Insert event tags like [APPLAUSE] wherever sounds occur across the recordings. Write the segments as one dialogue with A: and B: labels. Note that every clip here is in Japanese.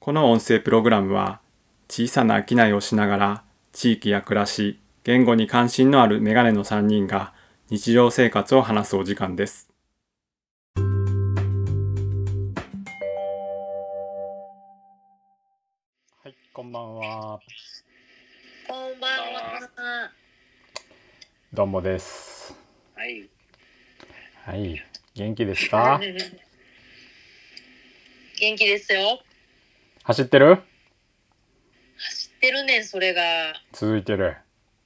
A: この音声プログラムは小さな商いをしながら地域や暮らし、言語に関心のあるメガネの3人が日常生活を話すお時間です。
B: はい、こんばんは。
C: こんばんは。
B: どうもです。
C: はい。
B: はい、元気ですか
C: 元気ですよ。
B: 走ってる
C: 走ってるねん、それが。
B: 続いてる。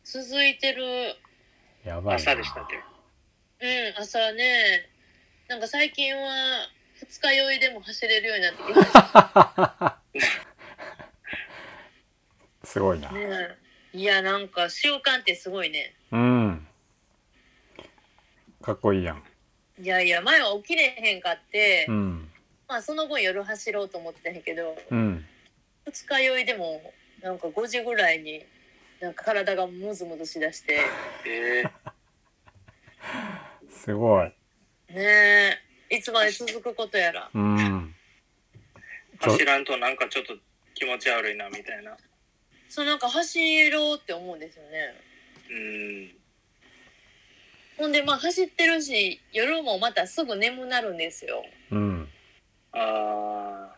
C: 続いてる。
B: やばいな。
D: 朝でしたっけ
C: うん、朝ね。なんか最近は、二日酔いでも走れるようになってきました
B: すごいな。 [LAUGHS]
C: ね。いや、なんか習慣ってすごいね。
B: うん。かっこいいやん。
C: いやいや、前は起きれへんかって、
B: うん。
C: まあその分夜走ろうと思ってんやけど、
B: うん。
C: 二日酔いでも、なんか5時ぐらいに、なんか体がムズムズしだして、
B: [LAUGHS]
D: え
B: すごい。
C: ねえ、いつまで続くことやら。
B: うん。
D: ー、走らんとなんかちょっと気持ち悪いなみたいな。
C: そうなんか走ろうって思うんですよね
D: うん。
C: ほんでまあ走ってるし夜もまたすぐ眠なるんですよ
B: うん。
D: あ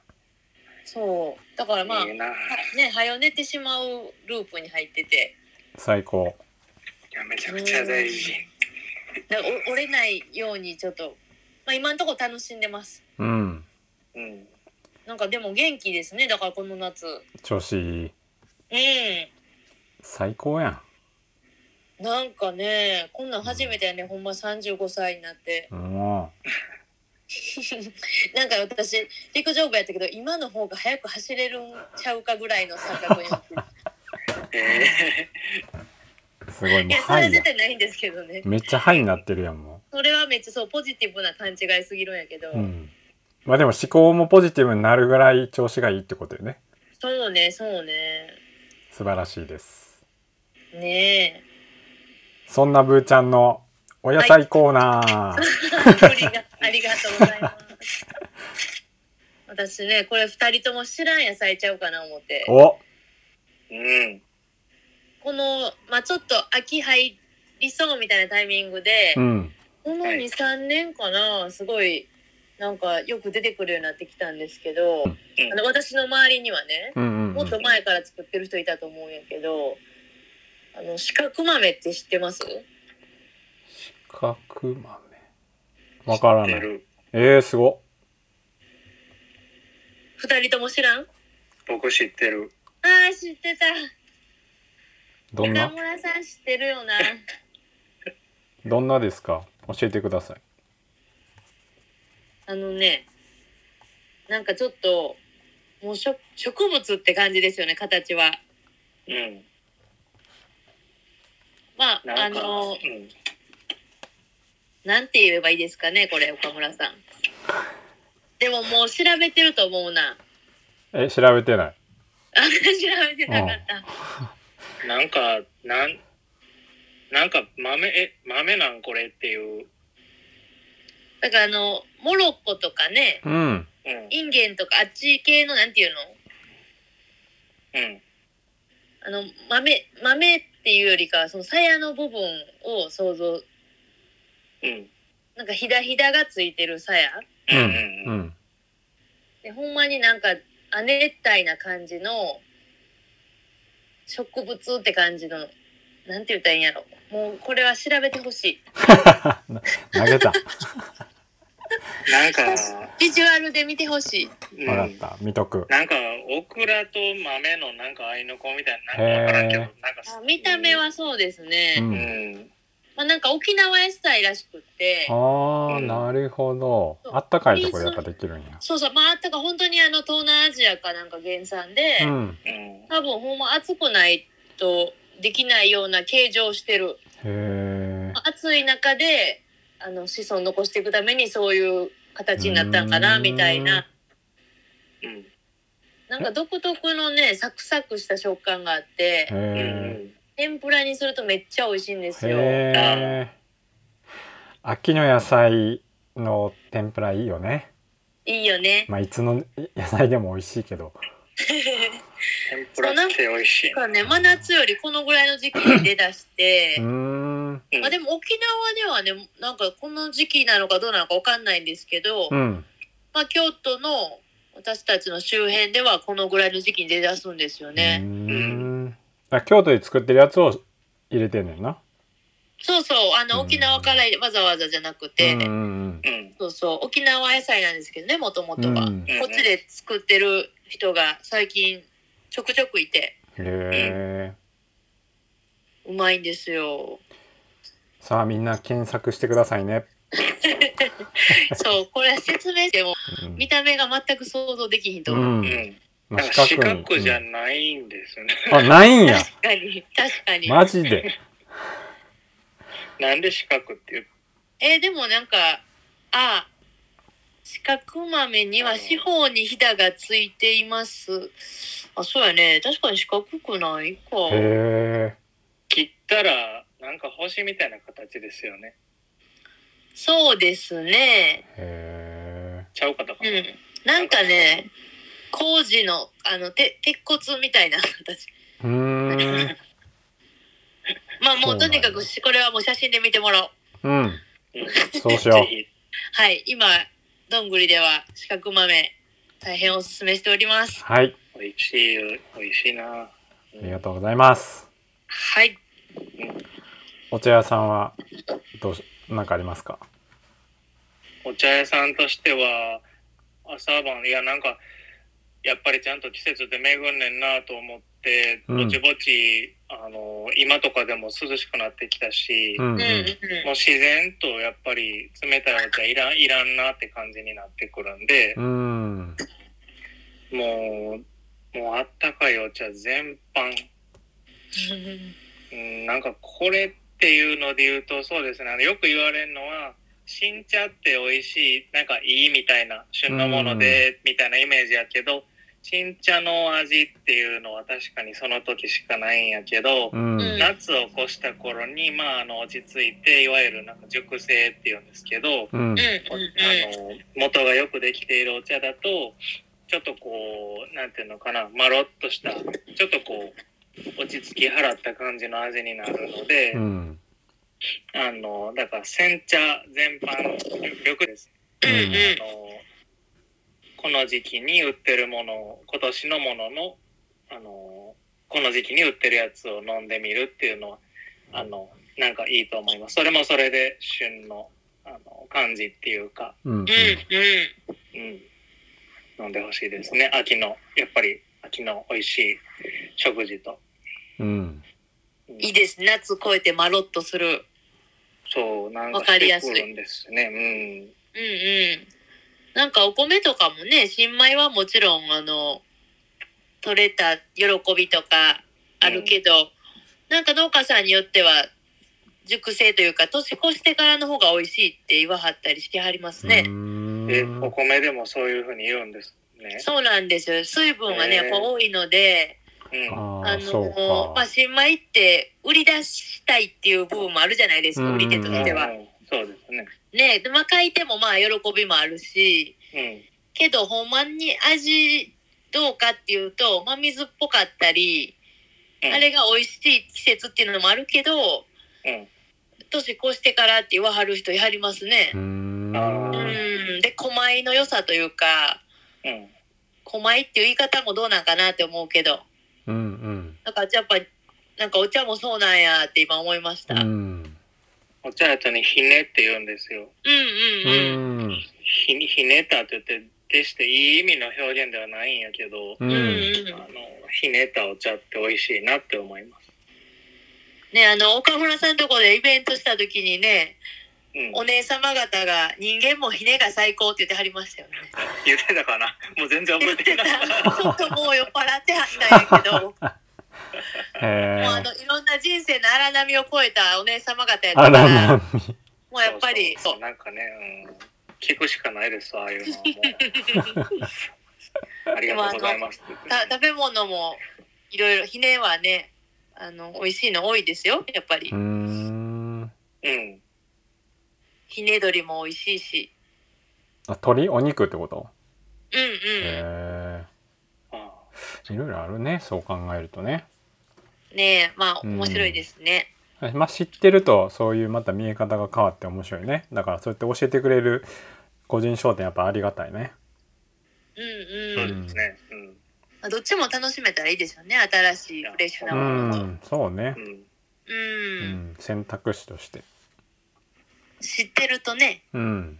C: そうだから
D: ー、
C: まあ
D: いいな。
C: ね早寝てしまうループに入ってて
B: 最高。
D: いやめちゃくちゃ大事。
C: なんかお折れないようにちょっと、まあ、今のところ楽しんでます
B: うん。
D: うん。
C: なんかでも元気ですねだからこの夏う
B: 調子いい。
C: ん
B: 最高や
C: なんかねこんなん初めてやねほんま35歳になって [LAUGHS]
B: ん。も
C: なんか私陸上部やったけど今の方が早く走れるんちゃうかぐらいの錯覚になってる
D: え
B: う、すごい。
C: い
B: もう、
C: やそれ
B: は
C: はい
B: や
C: 絶。対ないんですけどね
B: めっちゃはいになってるやん、も
C: それはめっちゃそうポジティブな勘違いすぎるんやけど、
B: う。うん。まあでも思考もポジティブになるぐらい調子がいいってことよね。
C: そうねそうね
B: 素晴らしいです。
C: ねえ [LAUGHS]
B: そんなブーちゃんのお野菜コーナー。
C: ありがありがとうございます私ねこれ2人とも知らん野菜ちゃうかな思って
B: お、
D: ー、うん。
C: この、まあ、ちょっと秋入りそうみたいなタイミングで、
B: うん、
C: この23年かなすごいなんかよく出てくるようになってきたんですけど、
B: うん
C: あの私の周りにはね
B: うん、うん、う
C: もっ
B: ん
C: と。前から作ってる人いたと思うんやけどあの四角豆って知ってます
B: 角豆。わから
D: 出
B: ない。
D: る。
B: えー、すご。
C: 二人とも知らんあ
D: 僕知ってる。
C: あ知ってた
B: どんな、
C: 中村さん知ってるよな [LAUGHS]
B: どんなですか。教えてください。
C: あのねなんかちょっともうしょ植物って感じですよね形は
D: うん。
C: まあ
D: な
C: あ
D: んか、
C: の
D: うん。
C: なんて言えばいいですかねこれ岡村さんでももう調べてると思うな [LAUGHS]
B: え、調べてない。
C: あ調べてなかった
D: なんか、なん、なんか豆、え、豆なんこれっていう。
C: だからあのモロッコとかね
B: うん、
D: うん。
C: インゲンとかあっち系のなんていうの
D: うん。
C: あの豆豆っていうよりかはその鞘の部分を想像
D: うん。
C: なんかひだひだがついてる鞘
B: う
D: うん
B: ん、う
D: うん。
B: ん。
C: でほんまになんか亜熱帯な感じの植物って感じのなんて言ったらいいんやろもうこれは調べてほしい
B: 投げた。わ
D: なんか、
C: ビジュアルで見てほしい
D: うん。
B: かった。見とく。
D: なんか、オクラと豆のなんか合いの子みたいな、なんかわからんけど
B: へ、
D: なんか
C: あ、見た目はそうですね、
B: うん。
D: うん。
C: まあ、なんか沖縄野菜らしくって
B: ああ、なるほど。あったかいところやっぱできるんや。
C: そうそうまああったか本当にあの東南アジアかなんか原産で、
B: うん。
D: うん。
C: 多分ほんま暑くないとできないような形状をしてる
B: へえ。
C: 暑い中であの子孫を残していくためにそういう形になったんかな
B: うん
C: みたいな
D: うん。
C: なんか独特のねサクサクした食感があって
D: う
B: へ
D: ん。
C: 天ぷらにするとめっちゃ美味しいんです
B: え。
C: よ
B: へえ。秋の野菜の天ぷらいいよね。
C: いいよね
B: まあいつの野菜でも美味しいけど。
D: 天ぷらって美味しい
C: だ。からね、真夏よりこのぐらいの時期に出だし
B: う
C: て、
B: ーん。
D: うん
C: まあでも沖縄ではね、なんかこの時期なのかどうなのかわかんないんですけど、
B: うん。
C: まあ京都の私たちの周辺ではこのぐらいの時期に出だすんですよね。
B: うーん。あ、京都で作ってるやつを入れてんねんな。
C: そうそう、あの
B: うん
C: 沖縄からわざわざじゃなくて、
B: うんうん
D: うん。
C: そうそう、沖縄野菜なんですけどね、もとも
B: う
C: と
B: ん。う
C: は。
B: ん。
C: こっちで作ってる人が最近ちょくちょくいて、
B: へえ。
C: うまいんですよ。
B: さあみんな検索してくださいね。
C: そう、これ説明しても
B: うん
C: 見た目が全く想像できひんと
B: う
C: 思う。
B: ん。
D: うん。
B: まあ
D: なんか四角
B: に
D: じゃないんですね。
B: うんあ、ないんや。
C: 確かに、確かに。
B: マジで。
D: なんで四角って言う
C: えーでもなんか、あ、四角豆には四方にひだがついています。あ、そうやね。確かに四角くないか。
B: へえ。
D: 切ったら、なんか星みたいな形ですよね。
C: そうですね。
B: へ
D: ちゃうかとか
C: う。ん。なんかね、工事の、あの、て鉄骨みたいな [LAUGHS] 形。
B: え。うーん。
C: まあも
B: そう
C: う
B: な
C: と
B: んだ
C: にかくしこれはもう写真で見てもらおう。
B: うん。
D: うん
B: そうしよう
D: [LAUGHS] ぜひ
C: はい。今、どんぐりでは四角豆、大変おすすめしております。
B: はい。
D: 美味しいよ、美味しいな。
B: ありがとうございます。
C: はい。
B: お茶屋さんはどうし、なんかありますか。
D: お茶屋さんとしては、朝晩、いや、なんか、やっぱりちゃんと季節で巡んねんなと思って、
B: うん
D: ぼちぼち、あの、今とかでも涼しくなってきたし、
B: うんう
C: うん
B: ん。
C: うんうん。
D: もう自然とやっぱり冷たいお茶いらんいらんなって感じになってくるんで
B: う、ん。
D: もう、もうあったかいお茶全般、うん、なんかこれっていうので言うと、そうですね、あのよく言われるのは、新茶って美味しい、なんかいいみたいな、旬のもので、みたいなイメージやけど、新茶の味っていうのは確かにその時しかないんやけど、
B: うん。
C: うん
D: 夏を越した頃に、まあ、あの、落ち着いて、いわゆるなんか熟成っていうんですけど、
B: うん
C: うん。うんうん。
D: あの元がよくできているお茶だとちょっとこうなんていうのかなまろっとしたちょっとこう落ち着き払った感じの味になるので、
B: うん。
D: あのだから煎茶全般緑です、
C: うんうん
D: あのこの時期に売ってるもの今年のもののあのこの時期に売ってるやつを飲んでみるっていうのはあのなんかいいと思いますそれもそれで旬のあの感じっていうか
B: うん。
C: うんうん。
D: うん、飲んでほしいですね秋のやっぱり秋の美味しい食事と、
B: うん。
D: うん
C: いいですね。夏越えてまろっとする。
D: そうなんか
C: わかりやすい
D: してくるんですね
C: うんうん。なんかお米とかもね、新米はもちろん、あの、取れた喜びとかあるけど、なんか農家さんによっては、熟成というか、年越してからの方が美味しいって言わはったりしてはりますね。
D: うんでお米でもそういうふうに言うんですね、
C: そうなんですよ。水分がね、
D: へ
C: や
D: ー
C: っぱ多いので、
D: うん、
B: あ
C: あ
B: あ、そう
C: の、まあ、
B: か。
C: 新米って売り出したいっていう部分もあるじゃないですか、
B: うん
C: 売り手としては
D: う。んそうですね
C: ねでまあ、書いてもまあ、喜びもあるし、けどほんまに味どうかっていうと、まあ、水っぽかったり、
D: うん、うん
C: あれが美味しい季節っていうのもあるけど
D: うん
C: 年越してからって言わはる人やりますね
B: うー。ん。
C: う
D: あ
C: んで小米の良さというか
D: うん
C: 小米っていう言い方もどうなんかなって思うけど
B: うん。
C: なんかやっぱなんかお茶もそうなんやって今思いまし
B: う
C: た。うんうん
B: ん。
D: お茶やとにひねって言うんですよ
B: う
C: うん。
B: ん。
D: ひひねったって言って決していい意味の表現ではないんやけど、
B: う。
C: うんうん
D: あの
C: ん、
D: ひねったお茶って美味しいなって思います、
C: ねあの岡村さんとこでイベントした時にね
D: うん、
C: お姉様方が「人間もひねが最高」って言ってはりましたよね。
D: 言ってたかなもう全然覚
C: 言
D: え
C: ってて
D: な [LAUGHS]
C: た
D: い
C: ちょっともう酔っ払ってはったんやけど、もう
B: へ
C: あ
B: え。
C: のいろんな人生の荒波を越えたお姉様方やった
B: あ
C: からら、
B: な
C: もうやっぱり
D: そうそうなんかね、うん、聞くしかないですああいうのはもうありがとうございますって言って
C: た食べ物もいろいろひねはねあの美味しいの多いですよやっぱり、
B: うーん。
D: うん
C: ひね鶏も美味しいし
B: あ、鳥お肉ってこと
C: うんうん、
B: へえ。
D: あ
B: いろいろあるねそう考えるとね
C: ねえまあ
B: うん
C: 面白いですね、
B: まあ知ってるとそういうまた見え方が変わって面白いねだからそうやって教えてくれる個人商店やっぱありがたいね
C: うん、
D: そ
C: うん
D: うですね。うん。
C: まあどっちも楽しめたらいいですよね新しいフレッシュな
B: う
C: ものも
B: んそうね
D: う、ん。
C: う、
B: うんん、選択肢として
C: 知ってるとね
B: うん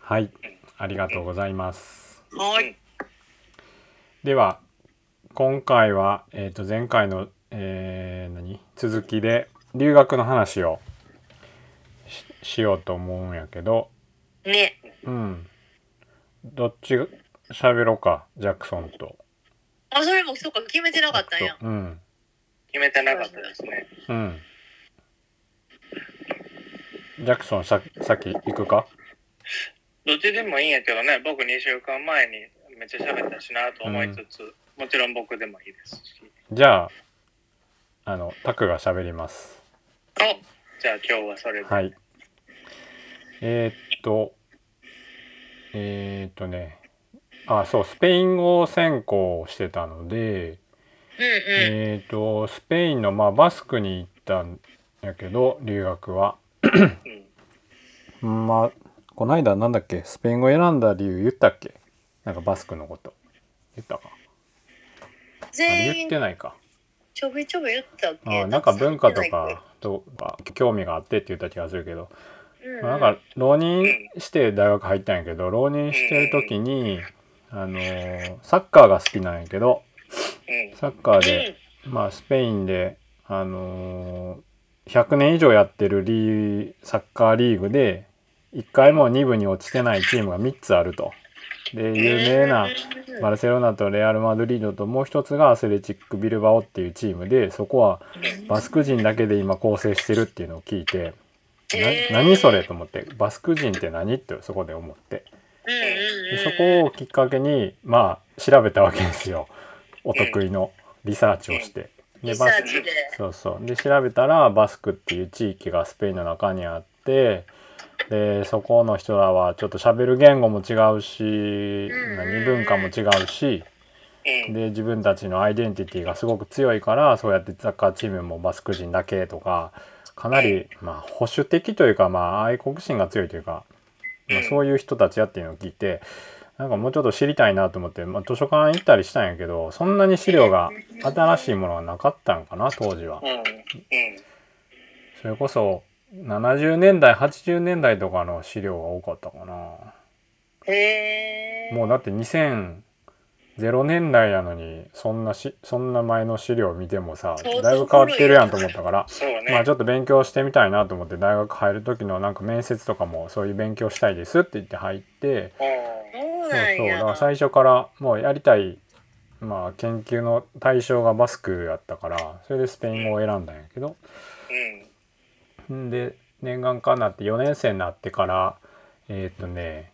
B: はいありがとうございます
C: はい
B: では今回は、えー、と前回の、えー何続きで留学の話をししようと思うんやけど、
C: ね
B: うん、どっち喋ろうかジャクソンと。
C: あそれもそうか決めてなかったんや
B: うん
D: 決めてなかったですね。
B: うんジャクソンささっき行くか
D: どっちでもいいんやけどね、僕2週間前にめっちゃ喋ったしなと思いつつ、もちろん僕でもいいですし。
B: じゃああのタクが喋ります。
D: おじゃあ今日はそれで。
B: はい。えーっと、えーっとね、あ、そう、スペイン語専攻をしてたので、
C: うんうん
B: えーっと、スペインの、まあ、バスクに行ったんやけど、留学は。
D: うん。
B: まあ、この間、なんだっけ、スペイン語選んだ理由言ったっけなんかバスクのこと。言ったか。あれ
C: 全
B: 言っ
C: 員
B: てないか。
C: ちょびちょび言ったっけ
B: あなんか文化と
C: たくさん言って
B: か、とか、興味があってって言った気がするけど、
C: ないけど
B: まあなんか浪人して大学入ったんやけど浪人してる時にあのーサッカーが好きなんやけど
D: うん。
B: サッカー
C: うん
B: で、まあ、スペインで、あのー100年以上やってるリーサッカーリーグで1回も2部に落ちてないチームが3つあると。で有名なバルセロナとレアル・マドリードともう一つがアスレチック・ビルバオっていうチームでそこはバスク人だけで今構成してるっていうのを聞いて。
C: えー
B: な何それと思ってバスク人って何ってそこで思って
C: うんうんうん
B: でそこをきっかけにまあ調べたわけですよお得意のリサーチをして。で
C: リサ
B: バ
C: ー
B: ス
C: チで
B: そうそうで調べたらバスクっていう地域がスペインの中にあってでそこの人らはちょっと喋る言語も違うし
C: うん
B: 何文化も違うし
D: うん。
B: で自分たちのアイデンティティがすごく強いからそうやってサッカーチームもバスク人だけとかかなり、まあ、保守的というか、まあ、愛国心が強いというか、まあ、そういう人たちやっていうのを聞いてなんかもうちょっと知りたいなと思って、まあ、図書館行ったりしたんやけどそんなに資料が新しいものがなかったのかな当時は
D: う。ん。うん。
B: それこそ70年代80年代とかの資料が多かったかな。
C: へー
B: もうだって2000年代やのにそんなしそんな前の資料見てもさ
C: 相当
B: だいぶ変わってるやんと思ったから、
D: そうね。
B: まあちょっと勉強してみたいなと思って大学入る時のなんか面接とかもそういう勉強したいですって言って入って
D: う
C: そ
D: ん
C: う
B: そう
C: なん
B: そうだ
C: や
B: から最初からもうやりたい、まあ、研究の対象がバスクやったからそれでスペイン語を選んだんやけど
D: うん。
B: んで念願かなって4年生になってからえっ、とね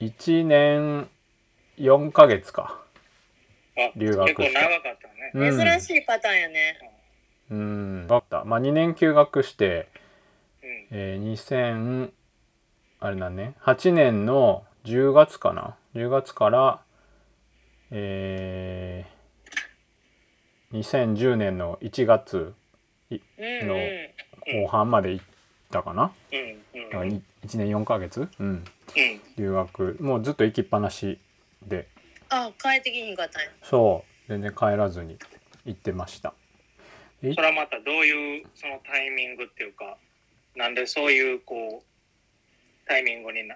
B: 1年4ヶ月か。
D: あ
B: 留学し
D: 結
B: た
D: 構長かったね。
B: うん
C: 珍しいパターンやね
B: うん、わかった。まあ、2年休学して、
D: うん。
B: えー2000、あれ何年 ?8 年の10月かな ?10 月から、えー2010年の1月
C: うん
B: の
C: うん
B: 後半まで行ったかな、
D: うん。うん。
B: だか
D: う
B: ら
D: ん。
B: 1年4ヶ月うん。
D: うん
B: 留学。もうずっと行きっぱなしで、
C: あ帰ってきひんかったんや
B: そう、全然帰らずに行ってました。で
D: それはまたどういうそのタイミングっていうかなんでそういうこうタイミングにな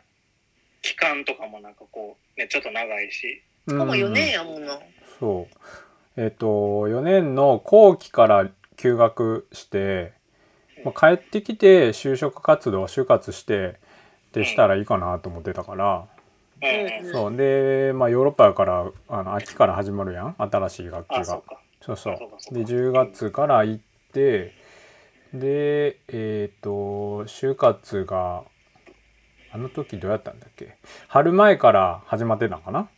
D: 期間とかもなんかこうねちょっと長いし
B: し
C: しかも4年やもんな
B: そう。えっ、と、4年の後期から休学して、まあ、帰ってきて就職活動、就活して、ってしたらいいかなと思ってたから、
D: うんうん、
C: うんうん
B: そう。で、まあ、ヨーロッパやから、あの、秋から始まるやん、新しい学期
D: あ
B: が。
D: そうか
B: そうそう
D: あそうかそうか
B: で10月から行ってでえっ、と就活があの時どうやったんだっけ春前から始まってたのかな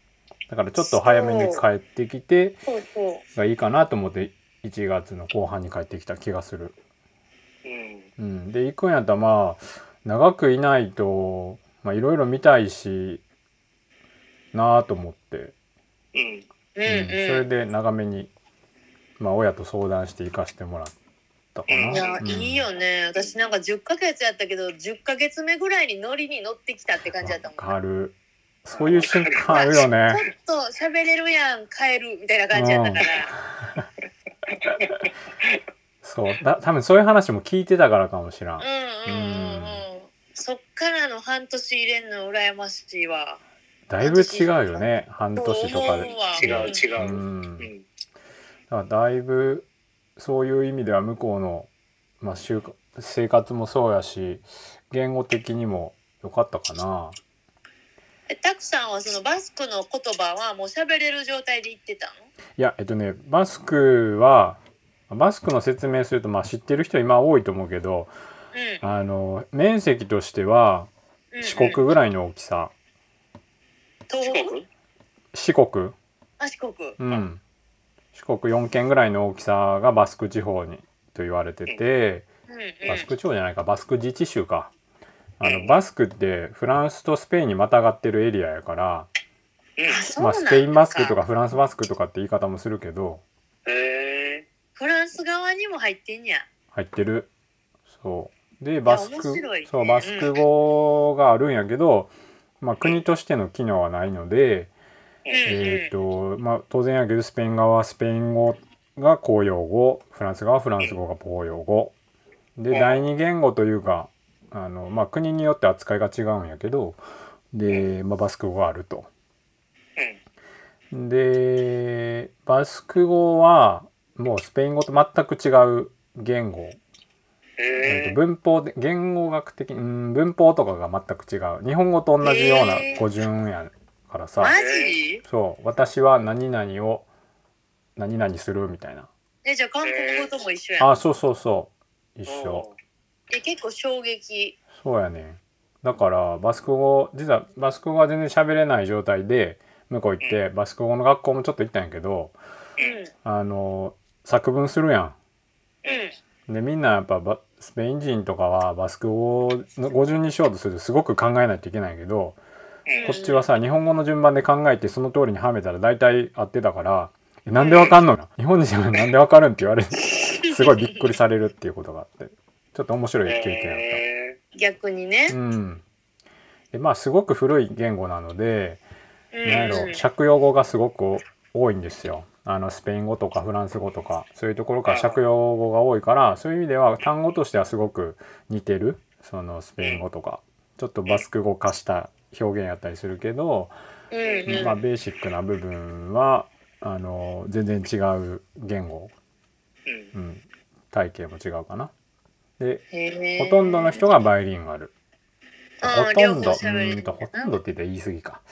B: だからちょっと早めに帰ってきて
C: そうそ
B: がいいかなと思って1月の後半に帰ってきた気がする。
D: うん
B: うん、で行くんやったらまあ長くいないとまあいろいろ見たいしなあと思って
D: うん。
C: う
B: うんんそれ
C: う。
B: で長めに、まあ、親と相談して行かしてもらったか
D: う
B: な。
D: ん
C: いや、
B: うん
C: いいよね。私なんか10ヶ月やったけど、10ヶ月目ぐらいにノリに乗ってきたって感じだったもん。
B: わかる。そういう瞬間あるよね。
C: ちょっと喋れるやん、帰るみたいな感じやったから。
B: そう。だ多分そういう話も聞いてたからかもしらん。
C: うんうんうんうん。そっからの半年入れんの羨ましいわ。
B: だいぶ違うよね。半年とかで。
D: 違う
B: う
D: 違う。うん。
B: ん。だからだいぶ、そういう意味では向こうの、まあ、就活生活もそうやし、言語的にも良かったかな。
C: えたくさんはそのバスクの言葉はもう喋れる状態で言ってた
B: いや、えっとね、バスクは、バスクの説明すると、まあ、知ってる人今多いと思うけど、
C: の
B: あの、面積としては、
C: うん。
B: 四
C: うんうん
B: 国ぐらいの大きさ。
C: 東
D: 四
C: 北
D: 国
B: 四国
C: あ、四国。
B: うん、四国4県ぐらいの大きさがバスク地方にと言われてて、
C: うんうん。
B: バスク地方じゃないかバスク自治州かあ
D: う
B: の
D: ん
B: バスクってフランスとスペインにまたがってるエリアやから、
D: うん。
C: あそう
B: ま
C: な
B: あ、
C: んだ
B: スペインバスクとか。フランスバスクとかって言い方もするけど
D: へえ。
C: フランス側にも入ってんや。
B: 入ってるそうでバス
C: 面
B: ク、
C: 白いね
B: そうバスク語があるんやけど、まあ、国としての機能はないので、
D: う
C: うん
D: ん。
B: えーとまあ、当然やけどスペイン側はスペイン語が公用語フランス側はフランス語が公用語で
D: うん
B: 第二言語というかあの、まあ、国によって扱いが違うんやけどで、まあ、バスク語があると。でバスク語はもうスペイン語と全く違う言語、えー
D: へ
B: と文法で言語学的にうん文法とかが全く違う日本語と同じような
C: へー
B: 語順やからさ。
C: マジ
B: そう私は何々を何々するみたいな
C: え、じゃあ韓国語とも一緒や。
B: あそうそうそう
D: え。
B: 一緒
C: え、結構衝撃。
B: そうやねだからバスク語実はバスク語は全然喋れない状態で向こう行ってバスク語の学校もちょっと行ったんやけど
C: うん。うん。
B: あの作文するやんでみんなやっぱバスペイン人とかはバスク語の語順にしようとするとすごく考えないといけないけど
D: うん
B: こっちはさ日本語の順番で考えてその通りにはめたら大体合ってたから「えなんでわかんの日本人はなんでわかるん?」って言われるすごいびっくりされるっていうことがあってちょっと面白い経験
D: へ
C: 逆に
B: やった。
C: ね。
B: うんでまあすごく古い言語なので
C: うん
B: なんやろ借用語がすごく多いんですよ。あのスペイン語とかフランス語とかそういうところから借用語が多いからそういう意味では単語としてはすごく似てるそのスペイン語とかちょっとバスク語化した表現やったりするけど
C: うんうん。
B: まあ、ベーシックな部分はあの全然違う言語、
D: えうん
B: うん、体系も違うかな。で
C: へー
B: ほとんどの人がバイリンガル。
C: あー
B: ほとんど
C: 両
B: う
C: 方喋れる
B: ーんとほとんどって言って言い過ぎか。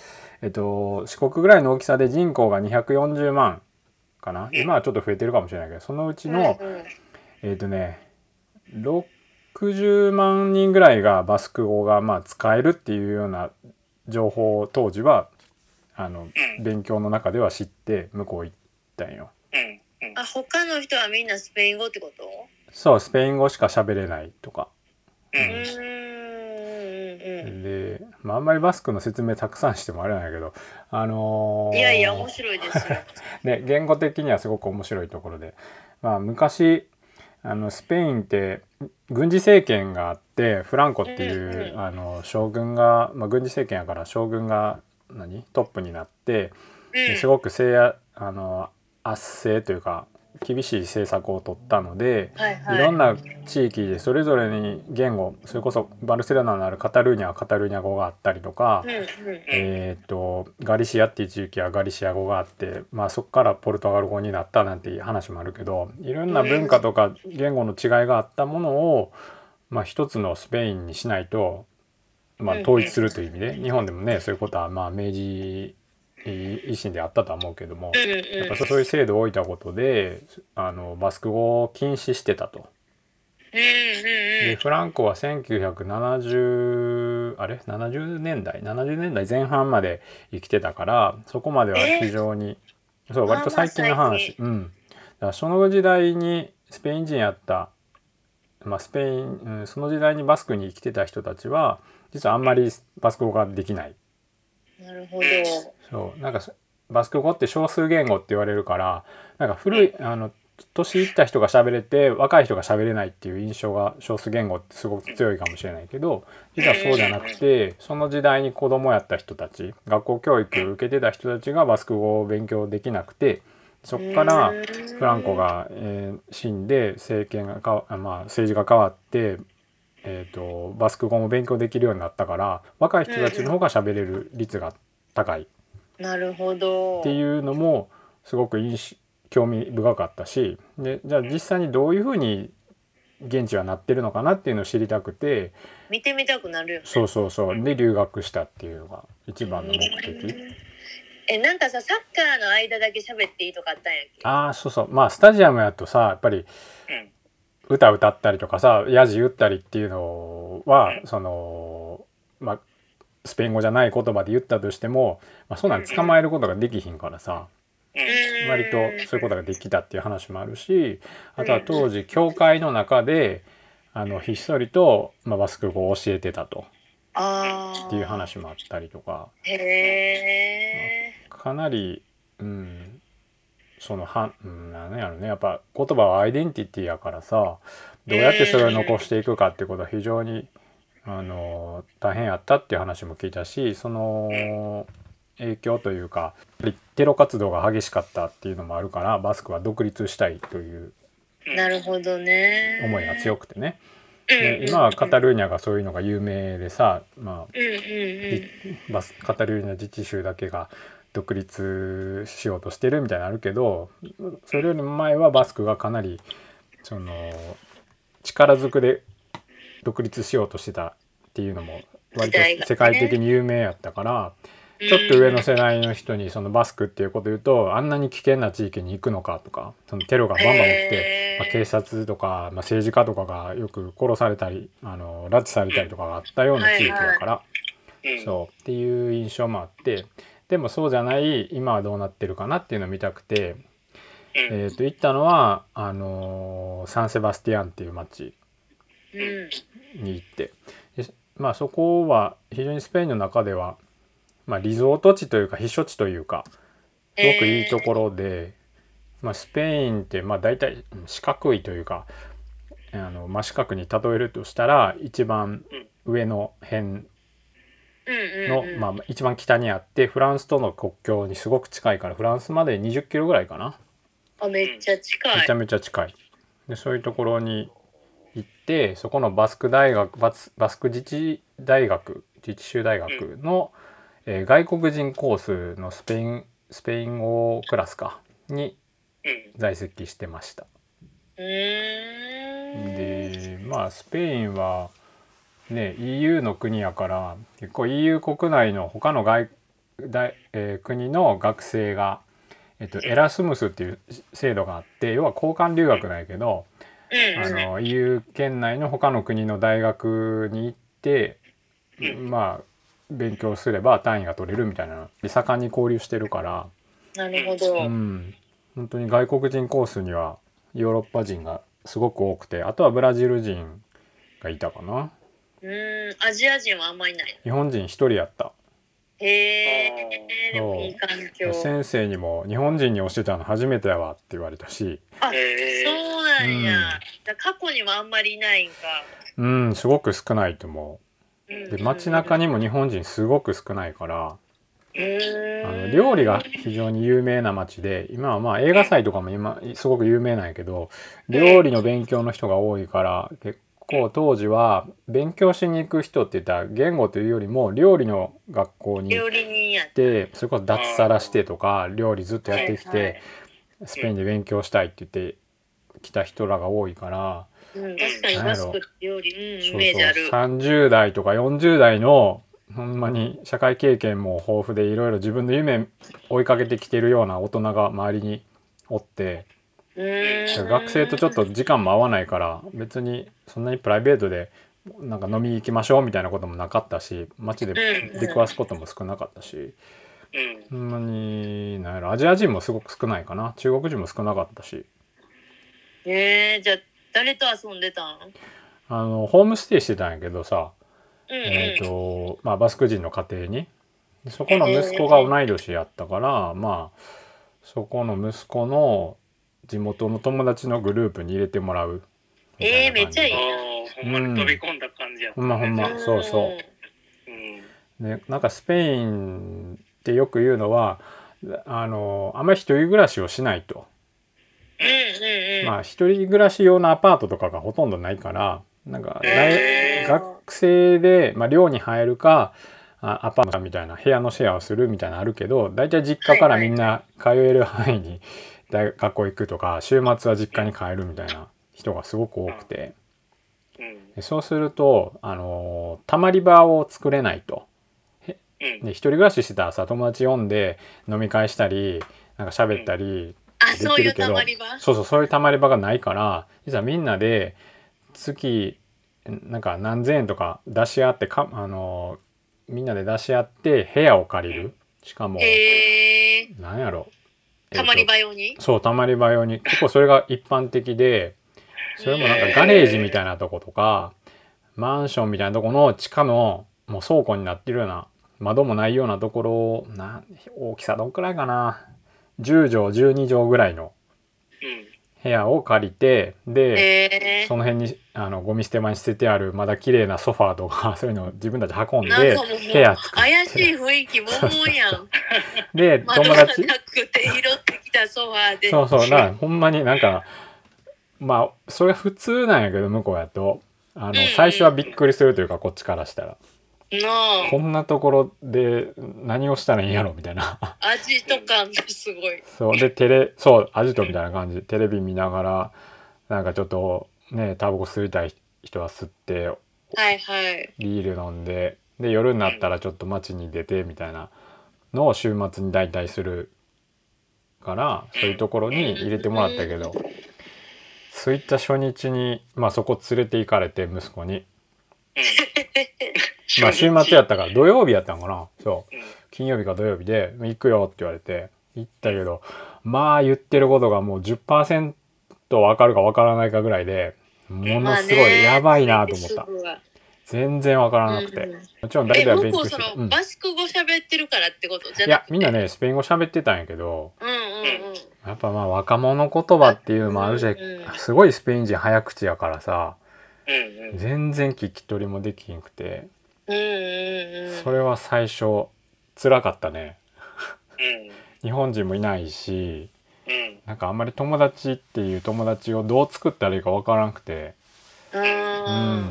B: えっと四国ぐらいの大きさで人口が240万かな今はちょっと増えてるかもしれないけどそのうちの、
C: うんうん
B: えっとね60万人ぐらいがバスク語がまあ使えるっていうような情報を当時はあの
D: うん
B: 勉強の中では知って向こう行ったんよ
D: うんうん
C: あ、他の人はみんなスペイン語ってこと
B: そうスペイン語しか喋れないとか
C: う
D: うん
C: ーんうんうん
B: で、まあ、あんまりバスクの説明たくさんしてもあれなんやけどあの
C: う
B: ー
C: ん。いやいや、面白いです
B: [LAUGHS]
C: よ。
B: ね言語的にはすごく面白いところで、まあ、昔あのスペインって軍事政権があってフランコっていう、
C: うんうん
B: あの将軍が、まあ、軍事政権やから将軍が何トップになって
C: うん
B: すごく制圧あの圧政というか厳しい政策を取ったので、
C: はいはい
B: いろんな地域でそれぞれに言語それこそバルセロナのあるカタルーニャはカタルーニャ語があったりとか、
C: うんうん
B: えー、とガリシアっていう地域はガリシア語があって、まあ、そこからポルトガル語になったなんていう話もあるけどいろんな文化とか言語の違いがあったものを、まあ、一つのスペインにしないと、まあ、統一するという意味で日本でもねそういうことはまあ明治維新であったとは思うけども。
C: うん
B: やっ
C: うん
B: ぱそういう制度を置いたことであのバスク語を禁止してたと。
C: うん
B: でフランコは1970あれ70年代70年代前半まで生きてたからそこまでは非常に、そう
C: まあ
B: 割と最近の話、うんだからその時代にスペイン人やった、まあ、スペイン、うん、その時代にバスクに生きてた人たちは実はあんまりバスク語ができない
C: なるほど。
B: そうなんかそバスク語って少数言語って言われるからなんか古いあの年いった人が喋れて若い人が喋れないっていう印象が少数言語ってすごく強いかもしれないけど実はそうじゃなくてその時代に子供やった人たち学校教育を受けてた人たちがバスク語を勉強できなくてそこからフランコが、えー死んで政権がかわ、あまあ、政治が変わって、えー、とバスク語も勉強できるようになったから若い人たちの方が喋れる率が高いっ
E: なるほど。
B: ていうのもすごく印象興味深かったしでじゃあ実際にどういうふうに現地はなってるのかなっていうのを知りたくて
E: 見てみたくなるよね。
B: そうそうそうで留学したっていうのが一番の目的。
E: え、なんかさ、サッカーの間だけ喋っていいとかあったんやっけ
B: ああそうそうまあスタジアムやとさやっぱり
D: うん
B: 歌歌ったりとかさヤジ打ったりっていうのは
D: う
B: そのまあスペイン語じゃない言葉で言ったとしても、まあ、そんなん捕まえることができひんからさ
E: うん
B: 割とそういうことができたっていう話もあるしあとは当時教会の中であのひっそりと、まあ、バスク語を教えてたと
E: ああ。
B: っていう。話もあったりとか
E: へえ。
B: かなりうんそのはうんなんやろねやっぱ言葉はアイデンティティやからさどうやってそれを残していくかってことは非常にあの大変やったっていう話も聞いたしその影響というかやっぱりテロ活動が激しかったっていうのもあるからバスクは独立したいという
E: なるほどね。
B: 思いが強くてね
E: うん
B: で今はカタルーニャがそういうのが有名でさ、まあ、
E: うんうんうん。
B: バスカタルーニャ自治州だけが独立しようとしてるみたいなのあるけどそれより前はバスクがかなりその力ずくで独立しようとしてたっていうのも割と世界的に有名やったからちょっと上の世代の人にそのバスクっていうこと言うとあんなに危険な地域に行くのかとかそのテロがバンバン起きて、まあ警察とか、まあ、政治家とかがよく殺されたりあの拉致されたりとかがあったような地域だから。そうっていう印象もあってでもそうじゃない今はどうなってるかなっていうのを見たくて、えー、と行ったのはあのーサンセバスティアンっていう町
E: うん。
B: に行ってでまあそこは非常にスペインの中では、まあ、リゾート地というか避暑地というかすごくいいところで、まあ、スペインってまあ大体うん四角いというかあの真四角に例えるとしたら一番上の辺
E: うんうん。
B: の、まあ、一番北にあってフランスとの国境にすごく近いからフランスまで20キロぐらいかな
E: あ、めっちゃ近
B: め
E: い
B: ちゃ。めちゃ近いでそういうところに行ってそこのバスク大学バスバスク自治大学自治州大学の、えー外国人コースのスペインスペイン語クラスかに在籍してました
E: うーん。
B: でまあスペインはね EU の国やから結構 EU 国内の他の外大、えー国の学生が、えっと、エラスムスっていう制度があって要は交換留学なんやけどあの EU 圏内の他の国の大学に行ってまあ勉強すれば単位が取れるみたいなで盛んに交流してるから、
E: なるほ
B: う
E: ど。
B: ん、本当に外国人コースにはヨーロッパ人がすごく多くてあとはブラジル人がいたかな
E: うん。アジア人はあんまりいない。
B: 日本人一人やった
E: へえ。で
B: そう
E: もいい環境。そう
B: 先生にも「日本人に教えたの初めてやわ」って言われたし
E: なんや。
B: うん
E: だから過去にもあんまりいないんか。
B: うんすごく少ないと思
E: う
B: うんで街中にも日本人すごく少ないから
E: うーん
B: あの料理が非常に有名な街で今はまあ映画祭とかも今すごく有名なんやけど料理の勉強の人が多いから結構当時は勉強しに行く人って言ったら言語というよりも料理の学校に行
E: 料
B: っ
E: 理人や。
B: てそれこそ脱サラしてとか料理ずっとやってき
E: はいは
B: てスペインで勉強したいって言って来た人らが多いから
E: うん、確かに
B: なん
E: マ
B: やろ
E: スクって料理、うん、
B: そ
E: イ
B: う
E: メージあ
B: そう
E: る。
B: 30代とか40代のほんまに社会経験も豊富でいろいろ自分の夢追いかけてきてるような大人が周りにおって
E: うーん
B: 学生とちょっと時間も合わないから別にそんなにプライベートでなんか飲み行きましょうみたいなこともなかったし街で
E: うん
B: 出くわすことも少なかったしほんまになんやろアジア人もすごく少ないかな中国人も少なかったし
E: えー、じゃあ誰と遊んでたん？うん
B: あのホームステイしてたんやけどさ
E: うん。
B: えーとまあ、バスク人の家庭にでそこの息子が同い年やったからまあそこの息子の地元の友達のグループに入れてもらうみたいな感じ
E: えーめっちゃいい
D: ああ、ほんまに飛び込んだ感じやった、
B: ほんまほんま
E: うん
B: そうそう
D: うん。
B: でなんかスペインってよく言うのはあのあんまり一人暮らしをしないと、
E: うんうんうん。
B: まあ一人暮らし用のアパートとかがほとんどないからなんか
D: え
B: 大学生で、まあ、寮に入るかあアパートみたいな部屋のシェアをするみたいなのあるけど大体実家からみんな通える範囲に大学校行くとか週末は実家に帰るみたいな人がすごく多くて
D: うん。
B: でそうすると、あのーたまり場を作れないと。
D: うん。
B: で一人暮らししてたらさ友達呼んで飲み会したりなんか喋ったり
E: あ、
B: で
E: そう
B: き
E: い
B: る
E: う
B: け
E: た
B: ど
E: まり場。
B: そうそうそういうたまり場がないから実はみんなで月なんか何千円とか出し合ってかあのみんなで出し合って部屋を借りるしかも
E: へえ。
B: なんやろ
E: たまり
B: え
E: 場用に
B: っとそうたまり場用に結構それが一般的でそれもなんかガレージみたいなとことかマンションみたいなとこの地下のもう倉庫になってるような窓もないようなところをな大きさどんくらいかな10畳12畳ぐらいの
D: うん。
B: 部屋を借りてで、
E: へえ。
B: その辺にあのゴミ捨て場に捨ててあるまだ綺麗なソファーとか [LAUGHS] そういうのを自分たち運ん
E: なん
B: で
E: かもう
B: 部屋作っ
E: 怪しい雰囲気ももやん。
B: てで
E: 窓
B: 友
E: がな
B: 達
E: くて拾ってきたソファーで。
B: そうそうなほんまになんかまあそれが普通なんやけど向こうやとあの
E: うん
B: 最初はびっくりするというかこっちからしたら
E: の
B: こんなところで何をしたらいいんやろみたいな。 [LAUGHS]
E: 味と感がすごい。
B: そうでテレそうアジトみたいな感じテレビ見ながらなんかちょっとねタバコ吸いたい人は吸って
E: はいはい。
B: ビール飲んでで夜になったらちょっと街に出てみたいなのを週末に代替するからそういうところに入れてもらったけどそういった初日に、まあ、そこ連れて行かれて息子に、まあ、週末やったから土曜日やったんかなそう
D: うん。
B: 金曜日か土曜日で「行くよ」って言われて行ったけどまあ言ってることがもう10%分かるか分からないかぐらいでものすご
E: まあ
B: い
E: ね
B: やばいなと思った
E: すぐは
B: 全然分からなく
E: うんう
B: て
E: ん
B: もちろん誰
E: え、
B: では
E: 向
B: 勉
E: こ
B: 強
E: う
B: し
E: そ
B: てう
E: の
B: ん
E: バスク語喋ってるからってことじゃ
B: い
E: な
B: や
E: くて。
B: みんな。ねスペイン語喋ってたんやけど
E: うんうんうん。
B: やっぱまあ若者言葉っていうのもあるし
E: うんうん
B: すごいスペイン人早口やからさ
D: うん。うん。
B: 全然聞き取りもできんくて
E: うんうんうん。
B: それは最初辛かったね
D: うん。
B: 日本人もいないし
D: うん。
B: なんかあんまり友達っていう友達をどう作ったらいいかわからなくて、う
E: あ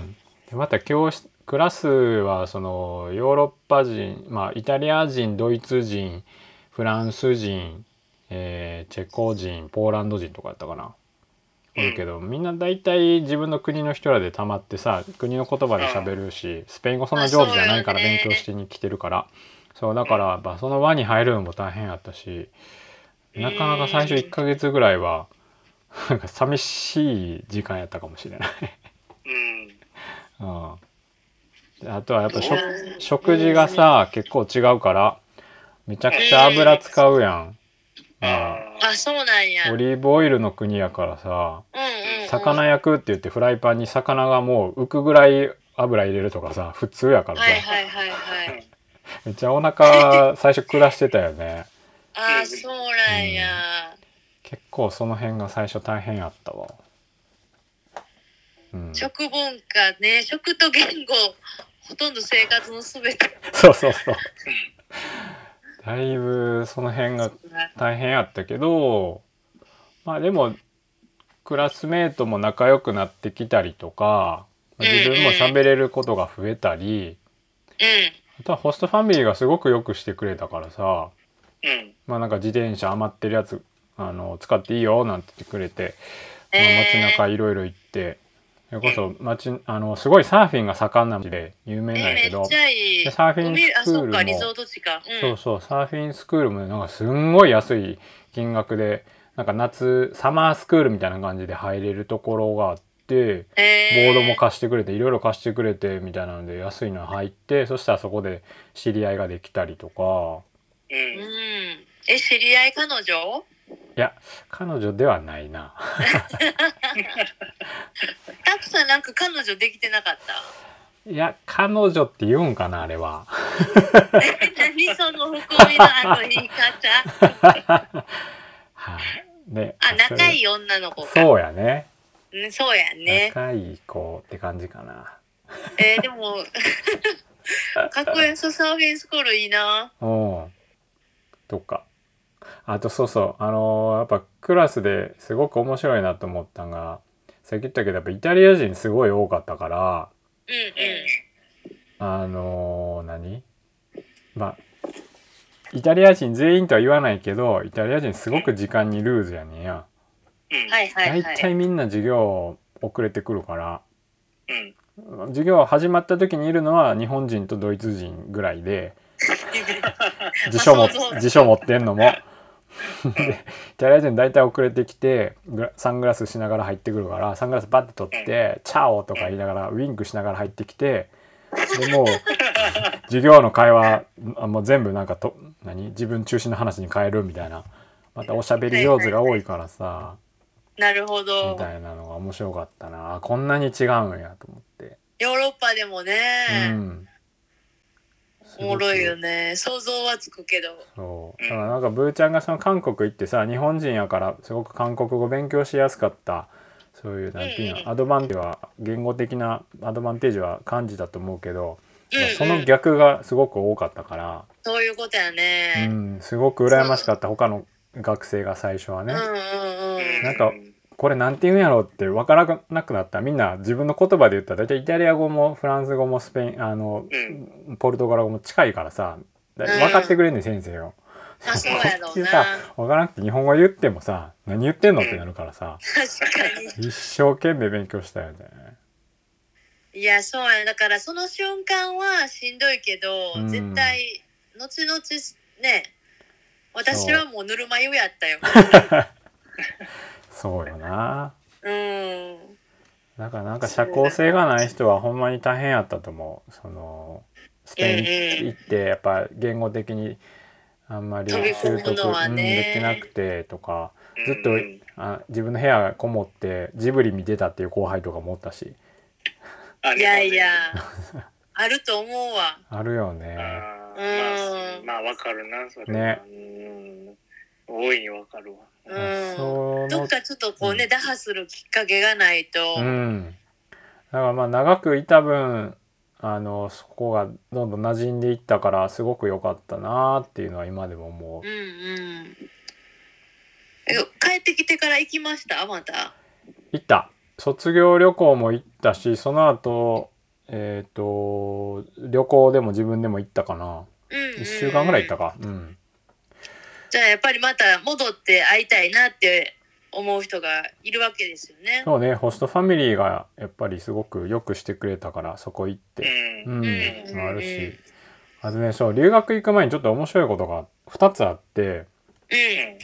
E: ー、
B: でまた教室クラスはそのヨーロッパ人、まあ、イタリア人ドイツ人フランス人、えーチェコ人ポーランド人とかやったかな。おるけどみんな大体自分の国の人らでたまってさ国の言葉で喋るしスペイン語そんな上手じゃないから
E: まあそうよ
B: 勉
E: ね
B: 強してに来てるからそうだからまあその輪に入るのも大変やったしなかなか最初1ヶ月ぐらいはなんか寂しい時間やったかもしれない。 [LAUGHS]
D: うん。
B: うんであとはやっぱ
D: う
B: 食
D: ん
B: 食事がさ結構違うからめちゃくちゃ油使うやん、うん
D: あ
E: あ、そうなんや。う
B: オ
E: ん
B: リーブオイルの国やからさ
E: うんうん。
B: 魚焼くって言ってフライパンに魚がもう浮くぐらい油入れるとかさ普通やからさ、
E: はいはいはいはい。
B: めっちゃお腹最初下してたよね
E: あー、そうなんや。
B: 結構その辺が最初大変やったわうん、そう
E: 食文化ね、食と言語、ほとんど生活のすべて
B: そうそうだいぶその辺が
E: が。
B: 大変やったけどまあでもクラスメートも仲良くなってきたりとか自分も喋れることが増えたり
E: う
B: あとはホストファミリーがすごくよくしてくれたからさ
D: うん。
B: まあなんか自転車余ってるやつあの使っていいよなんて言ってくれて、まあ、
E: えー
B: 街中いろいろ行ってそれこそ街あのすごいサーフィンが盛んな街で有名
E: ん。
B: なんや
E: え
B: け
E: ー、め
B: ど
E: っちゃいい。
B: でサーフィン
E: 海あ、
B: スクー
E: そ
B: ル
E: う
B: も
E: か、リゾート地か。うん。
B: そうそうサーフィンスクールもなんかすんごい安い金額でなんか夏サマースクールみたいな感じで入れるところがあってボ
E: え
B: ードも貸してくれていろいろ貸してくれてみたいなので安いの入ってそしたらそこで知り合いができたりとか
D: う。
E: うんん。え、知り合い彼女
B: いや彼女ではないな
E: たくさんなんか彼女できてなかった。 [LAUGHS]
B: いや、彼女って言うんかな、あれは。
C: 何その含みのあの言い方。
B: はい。で、
C: あ、仲い
B: い
C: い女の子か。
B: そうやね。
C: うんそうやんね。
B: 仲いい子って感じかな。
C: えーでも、 [LAUGHS] かっこよさサーフィンスクールいいな。
B: うん。とか。あとそうそう、あのーやっぱクラスですごく面白いなと思ったのが、さっき言ったけど、やっぱイタリア人すごい多かったから、
C: うんう
B: あのー何まあ、イタリア人全員とは言わないけど、イタリア人すごく時間にルーズやねんや。
D: うん
C: ん。はいはいは
B: 大体
C: い。
B: みんな授業遅れてくるから、
D: うん
B: 授業始まった時にいるのは日本人とドイツ人ぐらいで、辞書も
C: まあそうそう
B: 辞書持ってんの
C: [LAUGHS]
B: も。でイタリア人大体遅れてきてグラサングラスしながら入ってくるからサングラスバッて取って「チャオ」とか言いながらウィンクしながら入ってきてでもう授業の会話あもう全部なんかと何自分中心の話に変えるみたいなまたおしゃべり上手が多いからさ
C: なるほ
B: み
C: ど。
B: たいなのが面白かったなあこんなに違うんやと思って。
C: ヨーロッパでも
B: う
C: ね、
B: ん
C: おもろいよね。想像はつくけど。
B: そう
D: うん
B: だからなんかブーちゃんがその韓国行ってさ日本人やからすごく韓国語勉強しやすかったそういうなんていう
C: うんうん
B: のアドバンテージは言語的なアドバンテージは感じだと思うけど、
C: うん、
B: そ
C: うん
B: の逆がすごく多かったから、
C: そういうことや
B: う
C: ね。
B: ん、すごく羨ましかった他の学生が最初は
C: う
B: ね、
C: んうんうん。
B: なんかこれなんて言うんやろうって分からなくなったみんな自分の言葉で言ったら大体イタリア語もフランス語もスペインあの、ポルトガル語も近いからさだ
C: うん
B: 分かってくれんねん先生よ。
C: まあそうやろう
B: こっち
C: な
B: さ。分からなくて日本語言ってもさ何言ってんのってなるからさ
C: 確かに。
B: 一生懸命勉強したよね。
C: いやそうやねだからその瞬間はしんどいけど、
B: うん
C: 絶対後々ね私はもうぬるま湯やったよ
B: そうよな。
C: うん
B: だからなんか社交性がない人はほんまに大変やったと思う。そのスペイン行ってやっぱ言語的にあんまり
C: 飛び込むのは
B: うん、
C: ね
B: できなくてとかずっと
D: うん
B: あ自分の部屋こもってジブリ見てたっていう後輩とかもおったし
D: あ
C: いやいやあると思う
B: [LAUGHS]
C: わ
B: あるよね。
D: あ
C: う
D: ー
C: ん
D: まあまあわかるなそれは
B: ね
D: うん大いにわかるわ
C: う
B: あ
C: ん
B: そ
C: ど
B: の
C: っかちょっとこうね、
B: うん
C: 打破するきっかけがないと、
B: うん、だからまあ長くいた分あのそこがどんどん馴染んでいったからすごく良かったなーっていうのは今でも思う
C: う
B: ん
C: うんえ帰ってきてから行きましたまた
B: 行った卒業旅行も行ったしその後えっ、と旅行でも自分でも行ったかな
C: うんうんうん
B: 1週間ぐらい行ったかうん
C: じゃあやっぱりまた戻って会いたいなって思う人がいるわけですよね
B: そうねホストファミリーがやっぱりすごくよくしてくれたからそこ行っ
D: う
B: てうんん
C: うん
B: ある
C: うん
B: しあとねそう留学行く前にちょっと面白いことが2つあって
C: うん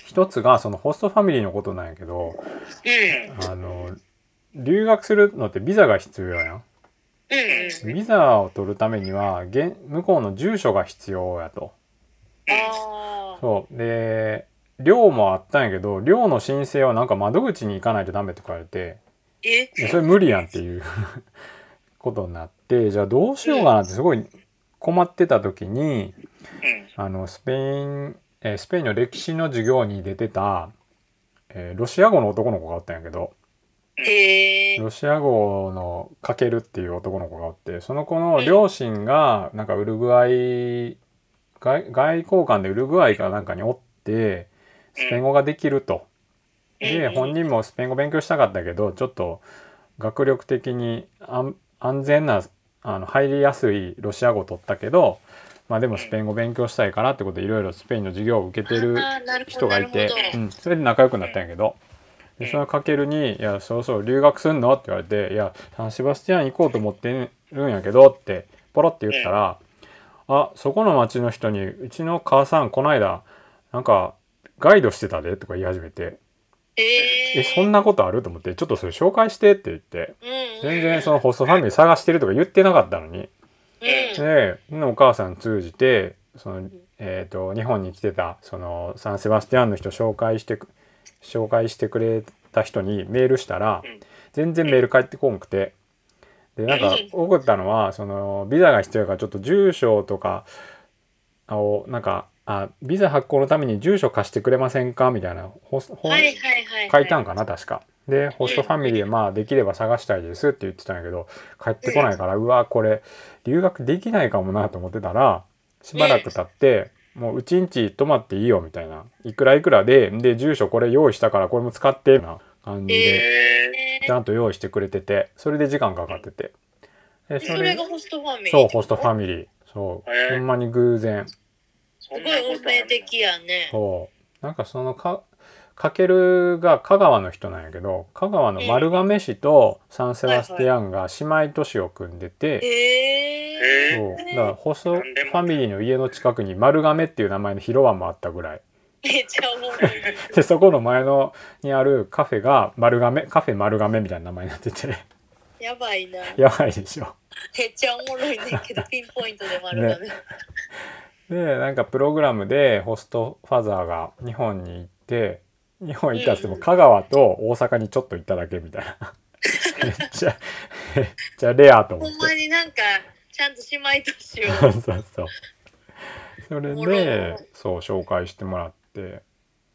B: 一つがそのホストファミリーのことなんやけど
C: うん
B: あの留学するのってビザが必要やん
C: うんうんうん
B: ビザを取るためには現向こうの住所が必要やと
C: あー
B: そうで寮もあったんやけど寮の申請はなんか窓口に行かないとダメって言われて
C: え
B: いやそれ無理やんっていう [LAUGHS] ことになってじゃあどうしようかなってすごい困ってた時に
D: うん
B: あのスペイン、えースペインの歴史の授業に出てた、えーロシア語の男の子がおったんやけど
C: へえ
B: ロシア語のかけるっていう男の子がおってその子の両親がなんかウルグアイ外外交官でウルグアイかなんかにおってスペイン語ができると。で本人もスペイン語勉強したかったけどちょっと学力的に安安全なあの入りやすいロシア語を取ったけど、まあ、でもスペイン語勉強したいからってことでいろいろスペインの授業を受けてる
C: あーなるほ
B: 人
C: ど
B: が
C: ないるほ
B: て
C: ど、
B: うん、それで仲良くなったんやけど、
D: う
B: で
D: ん
B: そのかけるに「いやそうそう留学すんの?」って言われて「いやサンシバスティアン行こうと思ってるんやけど」ってポロって言ったら「あそこの町の人にうちの母さんこないだなんかガイドしてたで」とか言い始めて「
C: え
B: えそんなことある?」と思って「ちょっとそれ紹介して」って言って
C: うん
B: 全然そのホストファミリー探してるとか言ってなかったのに
C: うん
B: でお母さん通じてその、えー、と日本に来てたそのサンセバスティアンの人紹介してく紹介してくれた人にメールしたら
D: うん
B: 全然メール返ってこんくてでなんか多かったのはそのビザが必要だからちょっと住所とかをなんかあビザ発行のために住所貸してくれませんかみたいなホスホ
C: はいはいはい。
B: 書いたんかな確か。でホストファミリーまあできれば探したいですって言ってたんやけど帰ってこないからうわこれ留学できないかもなと思ってたらしばらく経ってもううちんち泊まっていいよみたいないくらいくらでで住所これ用意したからこれも使ってな感じで
D: え
C: え
B: ちゃんと用意してくれててそれで時間かかっててで
C: ーそれがホストファミリー。
B: そうホストファミリーそう
D: へ
B: ほ
D: え
B: んまに偶然
D: す
C: すごい運命的やね。
B: そうなんかそのかかけるが香川の人なんやけど香川の丸亀市とサンセバスティアンが姉妹都市を組んでて、
C: えー、
D: え
B: そうだからホストファミリーの家の近くに丸亀っていう名前の広場もあったぐらい
C: めっちゃおもろい。
B: でそこの前のにあるカフェが丸亀カフェ丸亀みたいな名前になってて
C: やばいな。
B: やばいでしょ。
C: めっちゃおもろいねんけど、ピンポイントで丸亀。
B: でなんかプログラムでホストファザーが日本に行って日本行ったっつっても香川と大阪にちょっと行っただけみたいなめっちゃめっちゃレアと思っ
C: ほんま
B: て
C: になんか、ちゃんと姉妹都市を。
B: そうそうそうそれ
C: おもろ
B: でそう紹介してもらって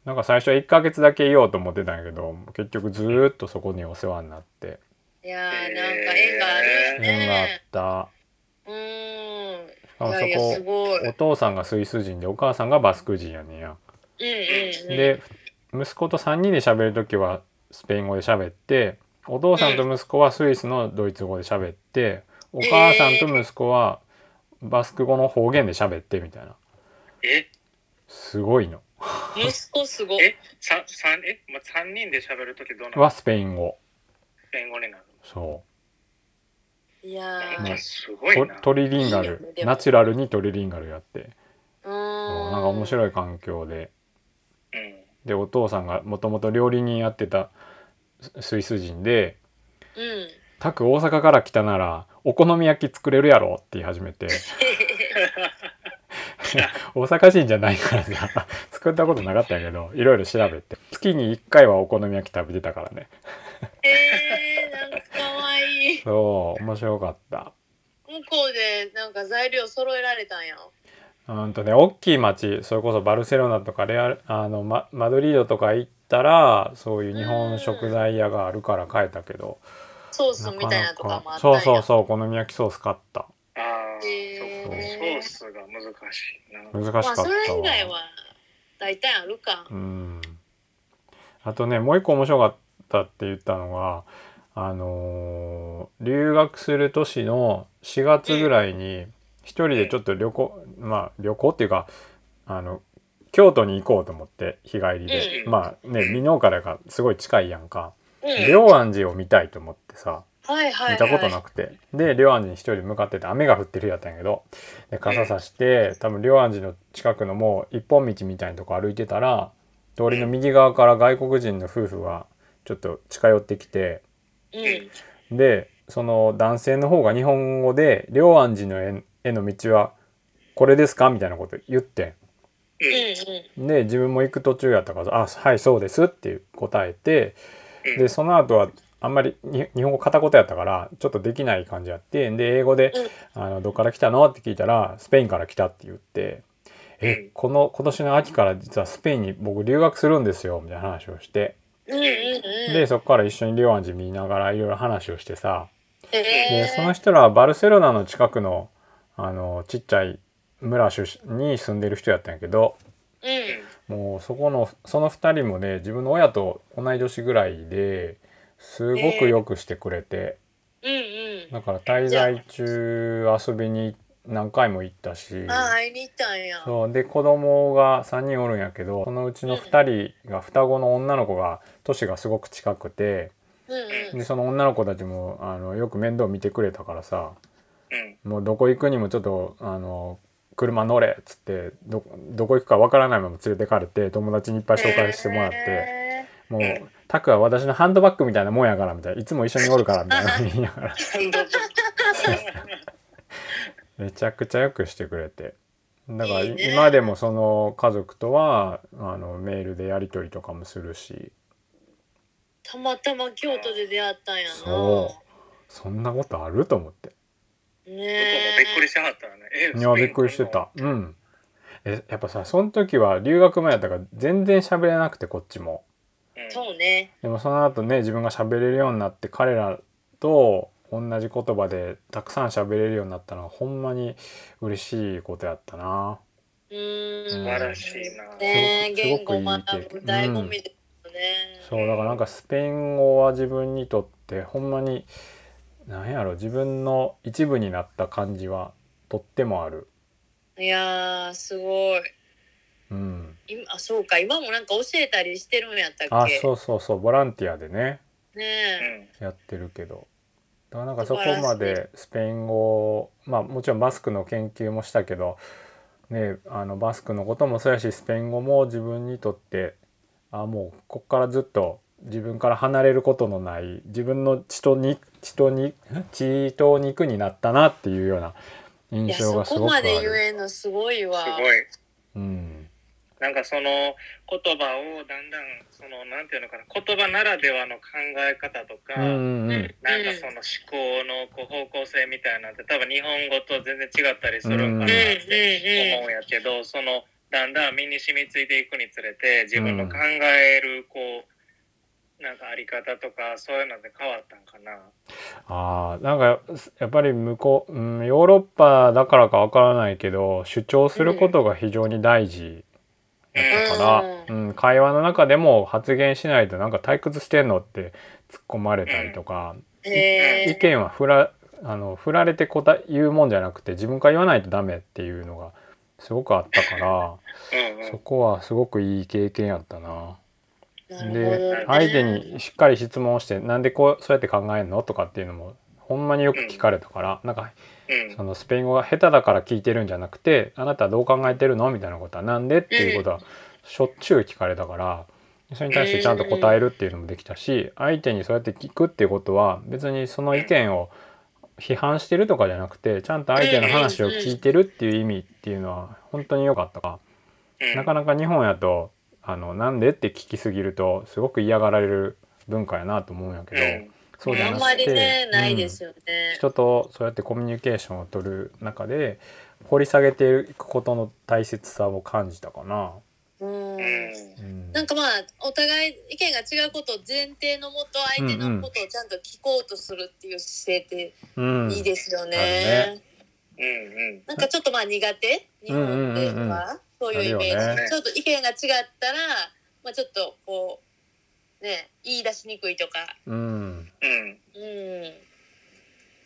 B: なんか最初は1ヶ月だけいようと思ってたんやけど結局ずーっとそこにお世話になって [LAUGHS]
C: いやー、なんか縁があるよ
B: 縁があっ
C: ね。
B: た
C: うーん。
B: しかも
C: いやいや、す
B: そこ
C: ごい。うんうん
B: お父さんがスイス人でお母さんがバスク人やねんや。
C: うん。
B: で息子と3人で喋る時はスペイン語で喋ってお父さんと息子はスイスのドイツ語で喋ってお母さんと息子はバスク語の方言で喋ってみたいな
D: [LAUGHS] え
B: すごいの
C: 息子すごい。
D: えさ三え、まあ、三人で喋るときどうな
B: は
D: の
B: スペイン語
D: スペイン語になる
B: そ
C: いや
D: の
C: ー。
D: なんかすご
B: う
D: い
B: ト
D: な。
B: トリリンガ
C: いいよね
B: ル
C: でも
B: ナチュラルにトリリンガルやって
C: う
B: そ
C: ー。
B: うんなんか面白い環境で
D: うん。
B: でお父さんがもともと料理人やってたススイス人で
C: うん。
B: 「タク大阪から来たならお好み焼き作れるやろ」って言い始め
C: [LAUGHS]
B: て。大阪人じゃないからさ作ったことなかったんやけどいろいろ調べて月に1回はお好み焼き食べてたからね
C: えー、なんか可愛いい。
B: そう面白かった
C: 向こうでなんか材料揃えられたんや。
B: うんとね大きい町それこそバルセロナとかレアルあのママドリードとか行ったらそういう日本食材屋があるから買えたけど
C: ソース
B: な
C: みたいなとかもあったん
B: そう
C: や。
B: そうそうお好み焼きソース買った
D: ああ、
C: へ
D: そこ
C: ー
D: ソースが難しいな。
B: 難しか
C: ま
B: った
C: あそ
B: わ
C: れ以外は大体あるか。
B: うんあとねもう一個面白かったって言ったのがあのー留学する年の4月ぐらいに一人でちょっと旅行まあ旅行っていうかあの京都に行こうと思って日帰りで、
D: うん
B: まあね美濃からがすごい近いやんか
C: うん。
B: 龍安寺を見たいと思ってさ
C: はいはいはい。
B: 見たことなくて、で龍安寺に一人で向かってて雨が降ってる日やったんやけどで傘さして多分龍安寺の近くのもう一本道みたいなとこ歩いてたら通りの右側から外国人の夫婦がちょっと近寄ってきて
C: うん。
B: でその男性の方が日本語で「龍安寺の絵への道はこれですか?」みたいなこと言って
D: う
C: うんう
D: ん。
C: ん。
B: んで自分も行く途中やったから「あはいそうです」って答えて
D: うん
B: でその後はあんまりに日本語片言やったからちょっとできない感じやってで英語で「あのどっから来たの?」って聞いたら「スペインから来た」って言って「
D: う
B: え
D: ん
B: この今年の秋から実はスペインに僕留学するんですよ」みたいな話をして
C: うんうんうん。
B: でそこから一緒にリオアンジ見ながらいろいろ話をしてさ
C: え
B: で
C: ー、
B: その人らはバルセロナの近くのあのちっちゃい村出身に住んでる人やったんやけど
C: うん。
B: もうそこのその2人もね自分の親と同い年ぐらいですごくよくしてくれて、
C: うんう
B: だから滞在中遊びに何回も行ったし
C: ん。あ、会いに行ったんや。
B: そうで子供が3人おるんやけどそのうちの2人が双子の女の子が年がすごく近くて
C: うんうん。
B: でその女の子たちもあのよく面倒見てくれたからさ
D: うん。
B: もうどこ行くにもちょっとあの車乗れっつってどどこ行くかわからないまま連れてかれて友達にいっぱい紹介してもらって。
C: え
B: もう、タクは私のハンドバッグみたいなもんやから、みたいな。いつも一緒におるから、みたい
C: [LAUGHS]
B: な言いながら。
D: ハンドブ
B: めちゃくちゃよくしてくれて。だから、
C: いいね
B: 今でもその家族とは、あの、メールでやり取りとかもするし、
C: ーたまたま京都で出会ったんやな。
B: そうそんなことあると思って
D: もびっくりしはったわね。え
B: いやびっくりして。たうんえやっぱさその時は留学前だったから全然喋れなくてこっちも
D: うん
C: そうね。
B: でもその後ね自分が喋れるようになって彼らと同じ言葉でたくさん喋れるようになったのはほんまに嬉しいことやったな
C: うーん。
B: 素
D: 素晴らしいな。
C: ねえ、
B: すごく
C: 言語
B: すごくいい
C: 学ぶ醍醐味ですよ
B: そ
C: ね。
B: うだからなんかスペイン語は自分にとってほんまになんやろ自分の一部になった感じはとってもある
C: いやー、すごい。
B: うん
C: 今あそうか今もなんか教えたりしてるんやったっけ
B: あそうそうそうボランティアでね
C: ね
D: う
C: え
D: ん。
B: やってるけどだからなんかそこまでスペイン語をまあもちろんバスクの研究もしたけどねあのバスクのこともそうやしスペイン語も自分にとってあもうこっからずっと自分から離れることのない自分の血とに血とに血と肉になったなっていうようない印
C: や
B: 象
C: そ
B: がす
C: こ
B: ごくあ
C: まで言
B: る。
C: えんのすごいわ
D: すごい。
B: うん
D: なんかその言葉をだんだんそのなんていうのかな言葉ならではの考え方と
B: う
D: か、
B: んうんうん
D: なんかその思考のこう方向性みたいなんて多分日本語と全然違ったりするんかな
C: う
D: っ
C: んうん
D: て
C: う
D: 思うんんやけどそのだんだん身に染みついていくにつれて自分の考えるこうなんかあり方とかそういうので変わったんかな。
B: あーなんかやっぱり向こう、うん、ヨーロッパだからかわからないけど主張することが非常に大事
D: うん
B: だから、うん会話の中でも発言しないとなんか退屈してんのって突っ込まれたりとか、
C: へ
B: 意
C: え
B: 見は振らあの振られて答え言うもんじゃなくて自分から言わないとダメっていうのがすごくあったから
D: うんうん
B: そこはすごくいい経験やったな。
C: なるほど
B: で
C: ね
B: 相手にしっかり質問をしてなんでこうそうやって考えるのとかっていうのもほんまによく聞かれたから、なんか
D: うん
B: そのスペイン語が下手だから聞いてるんじゃなくてあなたはどう考えてるのみたいなことはなんでっていうことはしょっちゅう聞かれたからそれに対してちゃんと答えるっていうのもできたし相手にそうやって聞くっていうことは別にその意見を批判してるとかじゃなくてちゃんと相手の話を聞いてるっていう意味っていうのは本当に良かったか
D: うん
B: なかなか日本やとあのなんでって聞きすぎるとすごく嫌がられる文化やなと思うんやけど、
D: うん
B: そうじゃ
C: あ
B: なんく
C: まり
B: て、
C: ねないで
B: うん
C: すよね
B: 人とそうやってコミュニケーションを取る中で掘り下げていくことの大切さを感じたかな。
C: うん
D: うん
B: うん
C: なんかまあお互い意見が違うことを前提のもと相手のことをちゃんと聞こうとするっていう姿勢って
B: うん
C: いいですよね,、
B: ある
D: うん
C: なんかちょっとまあ苦手日本
B: う
C: では、
B: んうんうんうん
C: そういうイメ
B: あ
C: ー
B: る
C: ジ、
D: よね
C: ちょっと意見が違ったら、まあ、ちょっとこうね言い出しにくいとか
B: うん
D: うん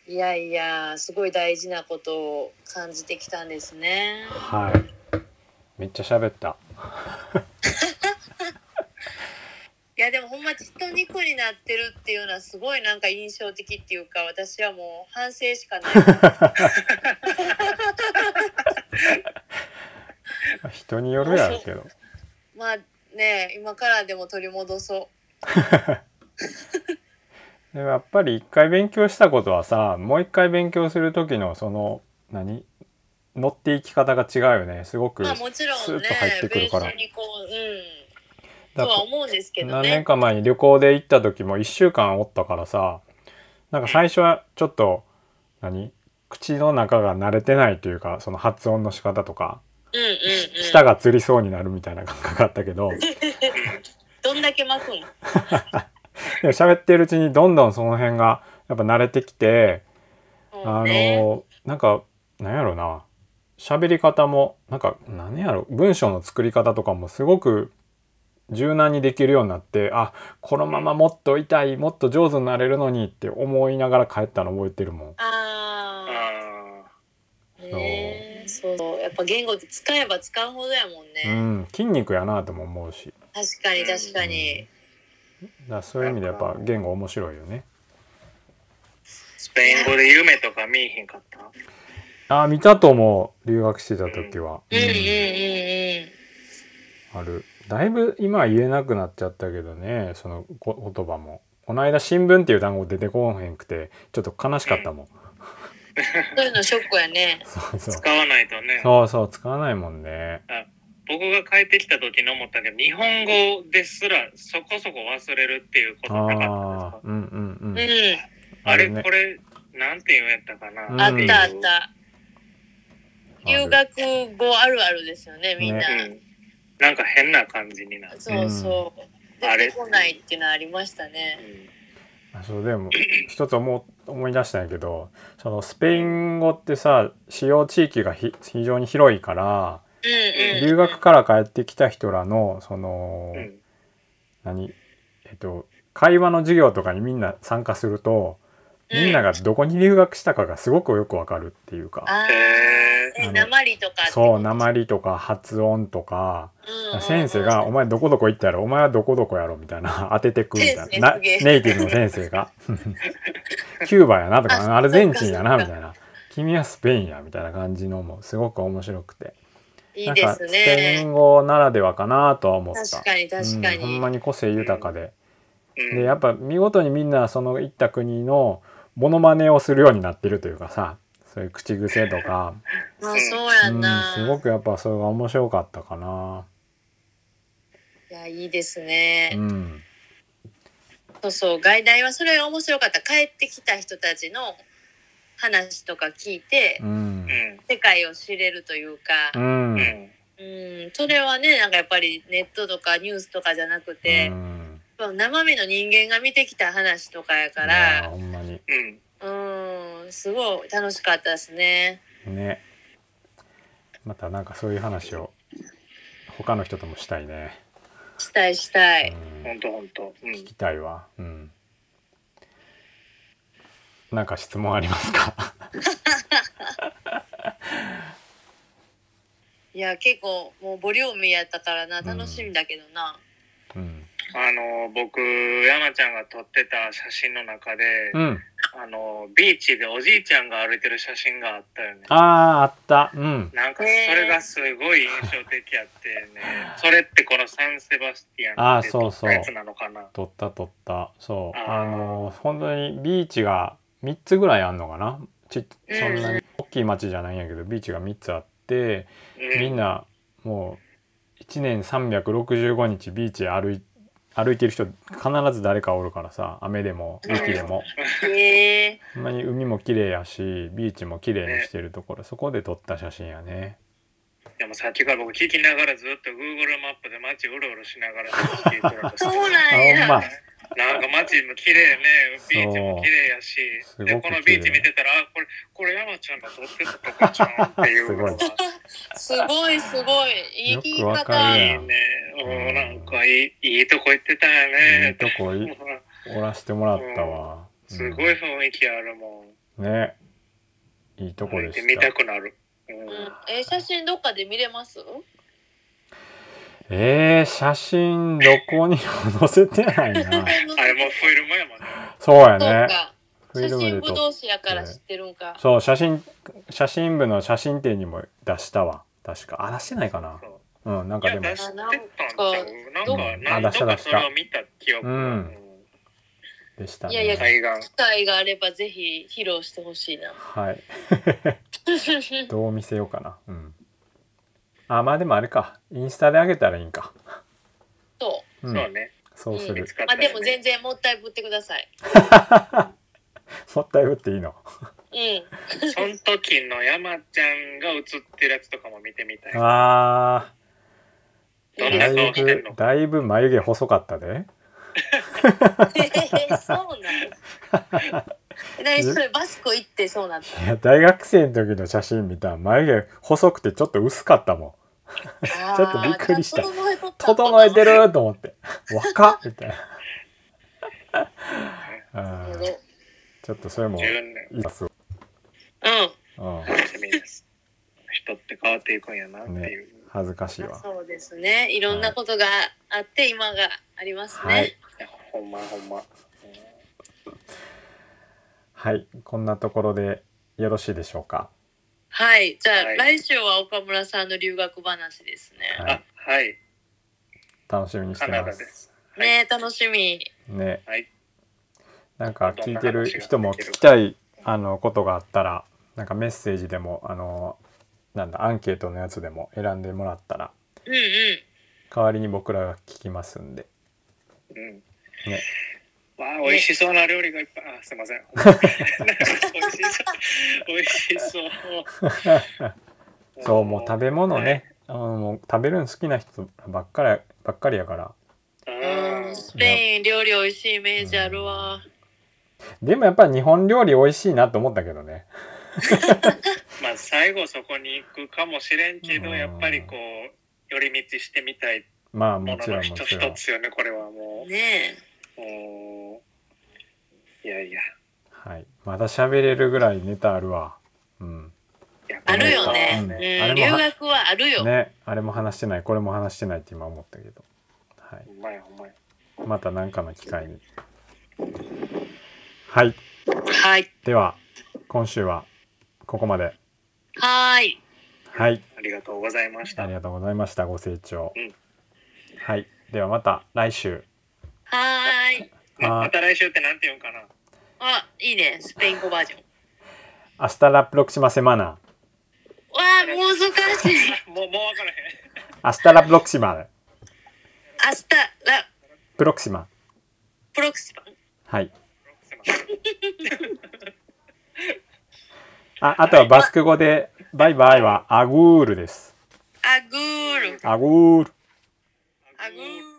C: うん、いやいやすごい大事なことを感じてきたんですね。
B: はい。めっちゃ喋った。
C: いやでもほんまちっと肉になってるっていうのはすごいなんか印象的っていうか私はもう反省し
B: [LAUGHS]
C: かない。
B: 人によるやろうけど。
C: まあね今からでも取り戻そ
B: でもやっぱり一回勉強したことはさもう一回勉強する時のその何乗っていき方が違うよねすご
C: う。
B: く。
C: まあもちろ
B: ス
C: ん
B: ーッ
C: ね
B: と入ってく
C: ベ
B: る
C: ース
B: から
C: にこううん
B: だ
C: とは思うんですけど
B: 何年
C: ね。
B: か前に旅行で行った時も1週間おったからさなんか最初はちょっと何口の中が慣れてないというかその発音の仕方とか、
C: うんうんうん。
B: 舌がつりそうになるみたいな感覚あったけど
C: どんだけ巻く
B: で
C: ん。
B: も喋ってるうちにどんどんその辺がやっぱ慣れてきて
C: そ
B: あ
C: うね
B: のなんかなんやろな喋り方もなんか何やろ文章の作り方とかもすごく柔軟にできるようになってあこのままもっと痛いもっと上手になれるのにって思いながら帰ったの覚えてるもん。
C: ああ。
D: あ
C: ねそうそうやっぱ言語って使えば使うほどやもんね。
B: うん、筋肉やなとも思うし
C: 確かに確かに、
B: だからそういう意味でやっぱ言語面白いよね。
D: ースペイン語で夢とか見えへんかった
B: あー見たと思う留学してた時は、
C: うん、うんうん
B: あるだいぶ今は言えなくなっちゃったけどねそのこ言葉もこの間新聞っていう単語出てこんへんくてちょっと悲しかったもん、
C: うんそういうのショックやね
B: そうそう
D: 使わないとね
B: そうそう使わないもんね
D: 僕が帰ってきた時に思ったけど日本語ですらそこそこ忘れるっていうことなかった
B: ああーうんうんうん、
C: うん
D: あれ、
B: るね
D: これ、なんていうんやったか
B: うん
D: な。
C: あったあっ
D: うん
C: た。留
B: ある
C: 学後あるあるですよね、みんな。
D: うん。なんか変な感じになる。
C: そうそう。
D: うんあ
C: 出
D: れ
C: てこないっていうのありましたね。
B: あそうでも一つ思う思い出したんやけどそのスペイン語ってさ使用地域がひ非常に広いから
C: うんうん。
B: 留学から帰ってきた人らのその、
D: うん。うん
B: 何えっと会話の授業とかにみんな参加すると
C: うん
B: みんながどこに留学したかがすごくよくわかるっていうか、
C: ああ、
D: へ
B: ー
C: え、鉛とかってこと
B: そう鉛とか発音とか
C: うんうん
B: 先生が「お前どこどこ行ったやろお前はどこどこやろ」みたいな当ててくみたいなな
C: 先生すげえ
B: ネイティブの先生
C: [LAUGHS]
B: が「キューバやな」とか「
C: あ
B: アルゼンチンやな」
C: そ
B: み
C: っかそっか
B: たいな「君はスペインや」みたいな感じのもすごく面白くて
C: い
B: ないん
C: で
B: か
C: す
B: スペイ
C: ね
B: ン。語ならではかなとは思った
C: 確。かに確か
B: うん、ほ
C: に。
B: んまに個性豊かで
D: うん
B: でやっぱ見事にみんなその行った国のモノマネをするようになってるというかさそういう口癖とか、
C: まあそうや
B: うんん、
C: な。
B: すごくやっぱそれが面白かったかな。
C: いや、いいです
B: う
C: ね。
B: ん、
C: そうそう、外大はそれが面白かった。帰ってきた人たちの話とか聞いて
B: う、ん
D: うん。
C: 世界を知れるというか
B: う、ん
D: う
B: うん
D: ん。
C: うん、それはね、なんかやっぱりネットとかニュースとかじゃなくて、その生身の人間が見てきた話とかやか
B: いや
C: ら、
B: ほんまに
D: うん。
C: うん、すごい楽しかったですね。
B: ねまたなんかそういう話を他の人ともしたいね、
C: したいした
B: う
C: い。
B: ん
D: ほんとほんと。うん
B: 聞。きたいわうんなんか質問ありますか [LAUGHS]
C: いや、結構もうボリューミーやったからな、楽しみだけどな。
B: うん、
D: あの、僕、山ちゃんが撮ってた写真の中で、
B: うん、
D: あの、ビーチでおじいちゃんが歩いてる写真があったよね。
B: あああったうん
D: なんかそれがすごい印象的やってね。それってこのサンセバスティアンって
B: あーそうそう
D: やつなのかな。
B: 撮った撮ったそう
D: あ
B: あ
D: ー
B: の本当にビーチが3つぐらいあんのかなちそんなに大きい町じゃないんやけどビーチが3つあって
D: うん
B: みんなもう1年365日ビーチ歩い歩いてる人必ず誰かおるからさ雨でも
C: うん
B: 雪でも
C: へえ
B: ほんまに海も綺麗やしビーチも綺麗にしてるところそこで撮った写真やね
D: でもさっきから僕聞きながらずっと Google マップで街うろうろしながら聞いてるんです
C: そ
D: よ
C: う
B: あ
C: なん
B: ほんま
C: や。
D: なんか街も綺麗ね、ビーチも綺麗やし
B: そ、う
D: です
B: ごく
D: こ
B: 綺麗
D: のビーチ見てたら、あ、これ、これ山ちゃんが撮ってたとこちゃんっていうのが。
B: すごい
C: すごいすごい。言い切り
B: よくわ
C: 方。
B: かる
D: いい
B: やん
C: あ
D: ね。おなんかいい、いいとこ行ってたよね。
B: いいとこいおらしてもらったわ、うん
D: すごい雰囲気あるもん。
B: ねいいとこで
D: 見
B: した
D: たくなる。うん
C: うん、え写真どっかで見れます
B: えー、写真どこにも載せてないな
D: あれもうフィルムやもんね。
B: そうや
C: そう
B: ね
C: か。
B: フ
C: 写
B: ィルム
C: 真
B: で
C: 部
B: 撮っ
C: 同士やから知ってるんか。
B: そう写真写真部の写真展にも出したわ確かあ出してないかな
D: そう
B: うんなん
D: い
B: かで
D: や、
B: も
D: 出してたんちゃうなん
B: う
D: か、
B: ん
D: なん
B: あ出した
D: か
B: 出し
D: そ
B: た
D: れを見た記憶が。
B: うん
D: うん
B: でした
C: いやいや
B: ね
D: 海岸
C: 機。会があればぜひ披露してほしいな。 [LAUGHS]
B: はいどう見せようかなうんあまあでもあれかインスタで上げたらいいんか
C: そう
D: そうんね。
B: そうす
C: うん
B: る
D: 見つかった
C: あ
D: よね
C: でも全然もったいぶってください。
B: もったいぶっていいの
C: う
D: その時の山ちゃんが映ってるやつとかも見てみたい。
B: あ
C: ん。
D: ど
B: ー
D: んな
B: だ
D: 顔
B: い
D: してん
B: ぶ
D: の
B: だいぶ眉毛細かったで
C: え [LAUGHS] そうなん。
B: [LAUGHS]
C: 何それバスコ行ってそうなんだ。
B: いや大学生の時の写真見たら眉毛細くてちょっと薄かったもん
C: ち
B: ょっとびっくりした
C: 整えとった
B: 整えてると思って若っみたいな
C: [LAUGHS] なる
B: うん
C: ほどうん。
B: ちょっとそれもい
D: 10年
B: いです、うん、
D: 楽しみです。人って変わっていくんやなっていう。
B: 恥ずかしいわ
C: そうですね。いろんなことがあって今がありますね。
B: はい
D: いやほんまほんま。
B: はいこんなところでよろしいでしょうか
C: はい、じゃあ、
D: はい
C: 来週は岡村さんの留学話ですね。
B: はい
D: あ、はい。
B: 楽しみにして
D: カナ
B: ま
D: ダ
B: す
D: です。はい
C: ねえ楽しみ。
B: ね
D: はい。
B: なんか聞いてる人も聞きたいあのことがあったらなんかメッセージでもあのなんだアンケートのやつでも選んでもらったら
C: うんうん。
B: 代わりに僕らが聞きますんで
D: うん。
B: ね
D: わあ、美味しそうな料理がいっぱい。あ、すいませ
B: [LAUGHS]
D: ん。なんか美味しそう。美味しそう。
B: [LAUGHS] そう、もう食べ物ね。あのもう食べるの好きな人ばっかり、ばっかりやから。
D: うん。
C: スペイン料理美味しいイメージあるわ。
B: でもやっぱり日本料理美味しいなと思ったけどね。
D: まあ、最後そこに行くかもしれんけど、やっぱりこう、寄り道してみたい
B: まあ
D: も
B: も
D: の
B: ちろ
D: の
B: んも
D: 一
B: ち
D: つ
B: ろん
D: 一。つよね、これはも
C: ね
D: う。うんいやいや。
B: はい。まだ喋れるぐらいネタあるわ。うん。
D: やっぱ
C: あ
D: り
C: るよ
B: う
C: ね
B: ん。
C: う
B: あれ
C: ん、留
B: も
C: 学はあるよ。
B: ね、あれも話してない、これも話してないって今思ったけど。は
D: ほんまやほんまや。
B: い。また何かの機会に。はい。
C: はい。
B: では、今週はここまで。
C: はい。
B: はい。
D: ありがとうございました
B: あ。りがとうございました。ご清聴
D: うん。
B: はい。ではまた来週。
C: はい。
B: あ
D: ままた来週ってなんて言うんかな。
C: あ、いいね。スペイン語バージョン。
B: 明日ラプロクシマセマナ。
C: わあ、難しい。
D: もう、もうわからへん。
B: 明日ラプロクシマ。
C: 明日、ラ、
B: プロクシマ。
C: プロクスパン。
B: はい。
D: すいません
B: あ、あとはバスク語で、バイバイはアグールです。
C: アグール。
B: アグール。
C: アグール。